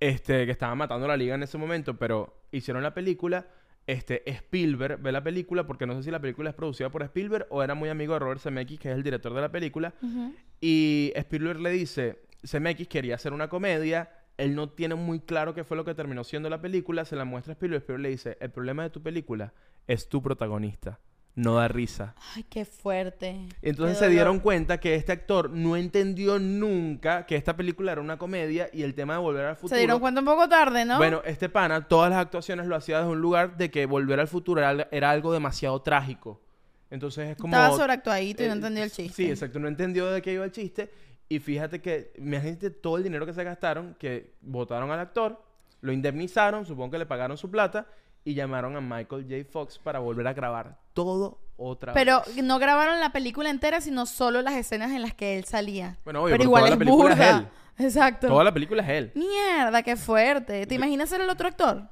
este, que estaba matando la liga en ese momento, pero hicieron la película. Este, Spielberg ve la película porque no sé si la película es producida por Spielberg o era muy amigo de Robert Zemeckis, que es el director de la película. Ujú. Y Spielberg le dice, CMX quería hacer una comedia, él no tiene muy claro qué fue lo que terminó siendo la película, se la muestra a Spielberg, Spielberg le dice, el problema de tu película es tu protagonista, no da risa. Ay, qué fuerte. Y Entonces se Qué dolor. dieron cuenta que este actor no entendió nunca que esta película era una comedia y el tema de volver al futuro. Se dieron cuenta un poco tarde, ¿no? Bueno, este pana, todas las actuaciones lo hacía desde un lugar de que volver al futuro era, era algo demasiado trágico. Entonces es como... Estaba sobreactuadito y no Eh, entendió el chiste. Sí, exacto, no entendió de qué iba el chiste. Y fíjate que, imagínate todo el dinero que se gastaron, que votaron al actor, lo indemnizaron, supongo que le pagaron su plata, y llamaron a Michael J. Fox para volver a grabar todo otra Pero vez. no grabaron la película entera, sino solo las escenas en las que él salía. Bueno, obvio, pero pero igual toda la es película es burda. Exacto. Toda la película es él. Mierda, qué fuerte. ¿Te imaginas ser el otro actor?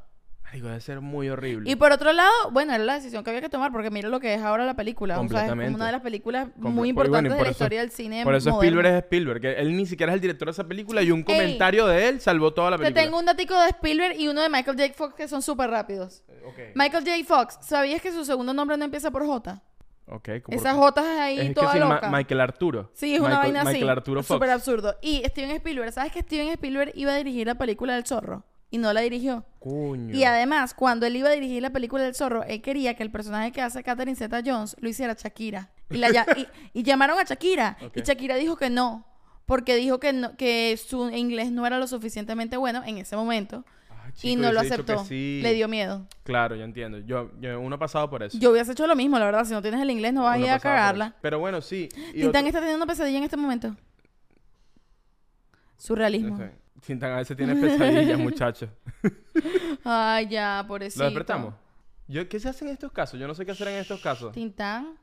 Digo, debe ser muy horrible. Y por otro lado, bueno, era la decisión que había que tomar, porque mira lo que es ahora la película. O sea, es como Completamente. una de las películas Comple- muy y bueno, y importantes de por la eso- historia del cine. Por eso moderno. Spielberg es Spielberg, que él ni siquiera es el director de esa película y un comentario de él salvó toda la Te película. tengo un datico de Spielberg y uno de Michael J. Fox que son súper rápidos. Ok. Michael J. Fox, ¿sabías que su segundo nombre no empieza por J? Ok, como- Esas J ahí es que toda sí, Ma- loca. Michael Arturo. Sí, es una Michael- vaina así. Michael Arturo Fox. Súper absurdo. Y Steven Spielberg, ¿sabes que Steven Spielberg iba a dirigir la película del zorro? Y no la dirigió. Coño. Y además, cuando él iba a dirigir la película del zorro, él quería que el personaje que hace Catherine Zeta Jones lo hiciera Shakira. Y, la ya- y- y llamaron a Shakira. Ok. Y Shakira dijo que no. Porque dijo que, no- que su inglés no era lo suficientemente bueno en ese momento. Ah, y chico, no lo hubiese dicho que aceptó. sí. Le dio miedo. Claro, yo entiendo. Yo, yo- uno ha pasado por eso. Yo hubiese hecho lo mismo, la verdad. Si no tienes el inglés, no vas a Uno ir ha a pasado por cagarla. eso. Pero bueno, sí. y Tintán otro- está teniendo una pesadilla en este momento. No Surrealismo. sé. Tintán a veces tiene pesadillas, muchachos. Ay, ya, por eso. ¿Lo despertamos? Yo, ¿Qué se hace en estos casos? Yo no sé qué hacer en estos casos. Tintán.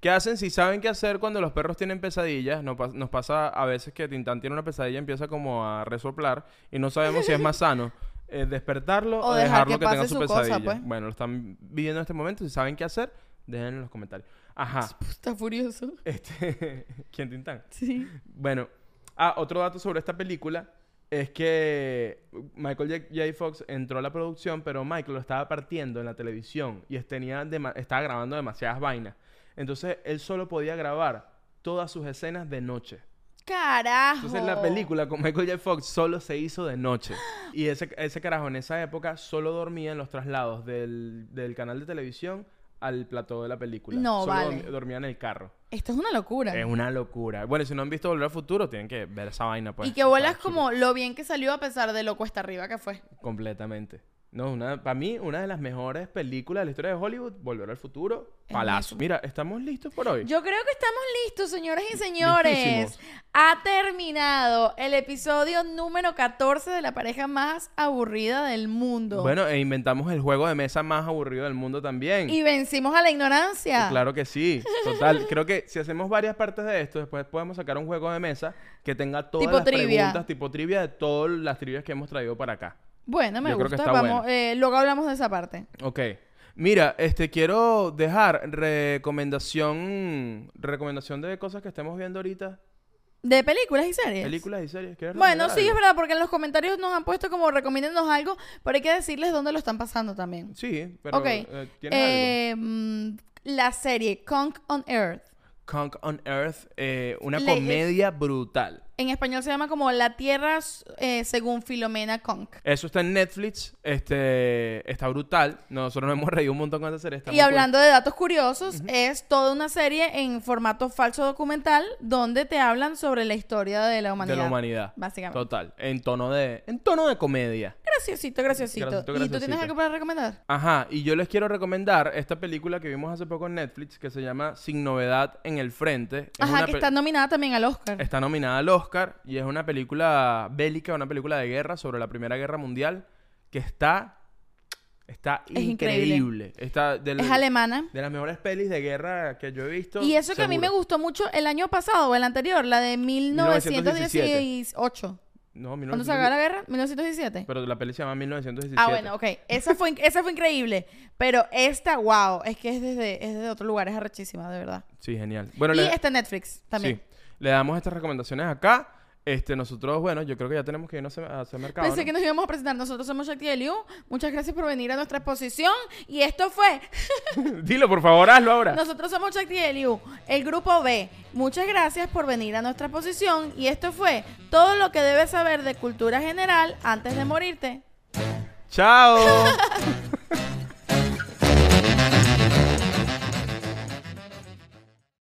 ¿Qué hacen si saben qué hacer cuando los perros tienen pesadillas? Nos, pas- nos pasa a veces que Tintán tiene una pesadilla, empieza como a resoplar y no sabemos si es más sano eh, despertarlo O o, dejar dejarlo que, que tenga pase su, su cosa, pesadilla. pues. Bueno, lo están viviendo en este momento. Si saben qué hacer, déjenlo en los comentarios. Ajá. Está furioso. Este... ¿Quién Tintán? Sí. Bueno, ah, otro dato sobre esta película es que Michael J. J. Fox entró a la producción, pero Michael lo estaba partiendo en la televisión y es- tenía dema- estaba grabando demasiadas vainas. Entonces él solo podía grabar todas sus escenas de noche. Carajo. Entonces la película con Michael J. Fox solo se hizo de noche. Y ese, ese carajo en esa época solo dormía en los traslados del, del canal de televisión al plató de la película. No, Solo vale. dorm- dormía en el carro. Esto es una locura. Es una locura. Bueno, si no han visto Volver al Futuro, tienen que ver esa vaina, pues. y que vuelas Está chulo. como lo bien que salió a pesar de lo cuesta arriba que fue. Completamente. No, una, para mí, una de las mejores películas de la historia de Hollywood, Volver al Futuro, Es palazo. buenísimo. Mira, estamos listos por hoy. Yo creo que estamos listos, señoras y señores. Listísimos. Ha terminado el episodio número 14 de la pareja más aburrida del mundo. Bueno, e inventamos el juego de mesa más aburrido del mundo también. y vencimos a la ignorancia. Claro que sí, total. Creo que si hacemos varias partes de esto, después podemos sacar un juego de mesa que tenga todas Tipo las trivia. preguntas tipo trivia de todas las trivias que hemos traído para acá. Bueno, me Yo creo que gusta. está Vamos, bueno. eh, luego hablamos de esa parte. Ok. Mira, este quiero dejar recomendación recomendación de cosas que estemos viendo ahorita, De películas y series. películas y series. ¿Quieres Bueno, recomendar sí, algo? es verdad, porque en los comentarios nos han puesto como recomiéndenos algo, pero hay que decirles dónde lo están pasando también. Sí, pero ok. eh, ¿tienes algo? Eh, mm, La serie Conk on Earth. Conk on Earth, eh, una Le- comedia brutal. En español se llama como La Tierra eh, según Filomena Conk. Eso está en Netflix, este, está brutal. Nosotros nos hemos reído un montón con esta serie. está Y muy cool. hablando de datos curiosos, es toda una serie en formato falso documental donde te hablan sobre la historia de la humanidad. de la humanidad. Básicamente. Total, en tono de en tono de comedia. Graciosito, graciosito. Graciosito, ¿Y tú tienes graciosito. algo para recomendar? Ajá, y yo les quiero recomendar esta película que vimos hace poco en Netflix que se llama Sin novedad en el frente. Es Ajá, una que pe- está nominada también al Oscar. Está nominada al Oscar y es una película bélica, una película de guerra sobre la Primera Guerra Mundial que está está Es increíble. increíble. Está del- Es alemana. de las mejores pelis de guerra que yo he visto. Y eso que a mí me seguro. gustó mucho el año pasado o el anterior, la de 1918. No, ¿Cuándo 1917. se acabó la guerra? 1917. Pero la peli se llama 1917. Ah, bueno, ok. Esa fue, in- esa fue increíble. Pero esta, wow, es que es desde, es desde otro lugar, es arrechísima, de verdad. Sí, genial. Bueno, y le- está en Netflix también. Sí. Le damos estas recomendaciones acá. Este, nosotros, bueno, yo creo que ya tenemos que irnos a hacer mercado. Pensé ¿no? que nos íbamos a presentar. Nosotros somos Shakti y Liu. Muchas gracias por venir a nuestra exposición. Y esto fue. Dilo, por favor, hazlo ahora. Nosotros somos Shakti y Liu, el grupo B. Muchas gracias por venir a nuestra exposición. Y esto fue todo lo que debes saber de cultura general antes de morirte. Chao.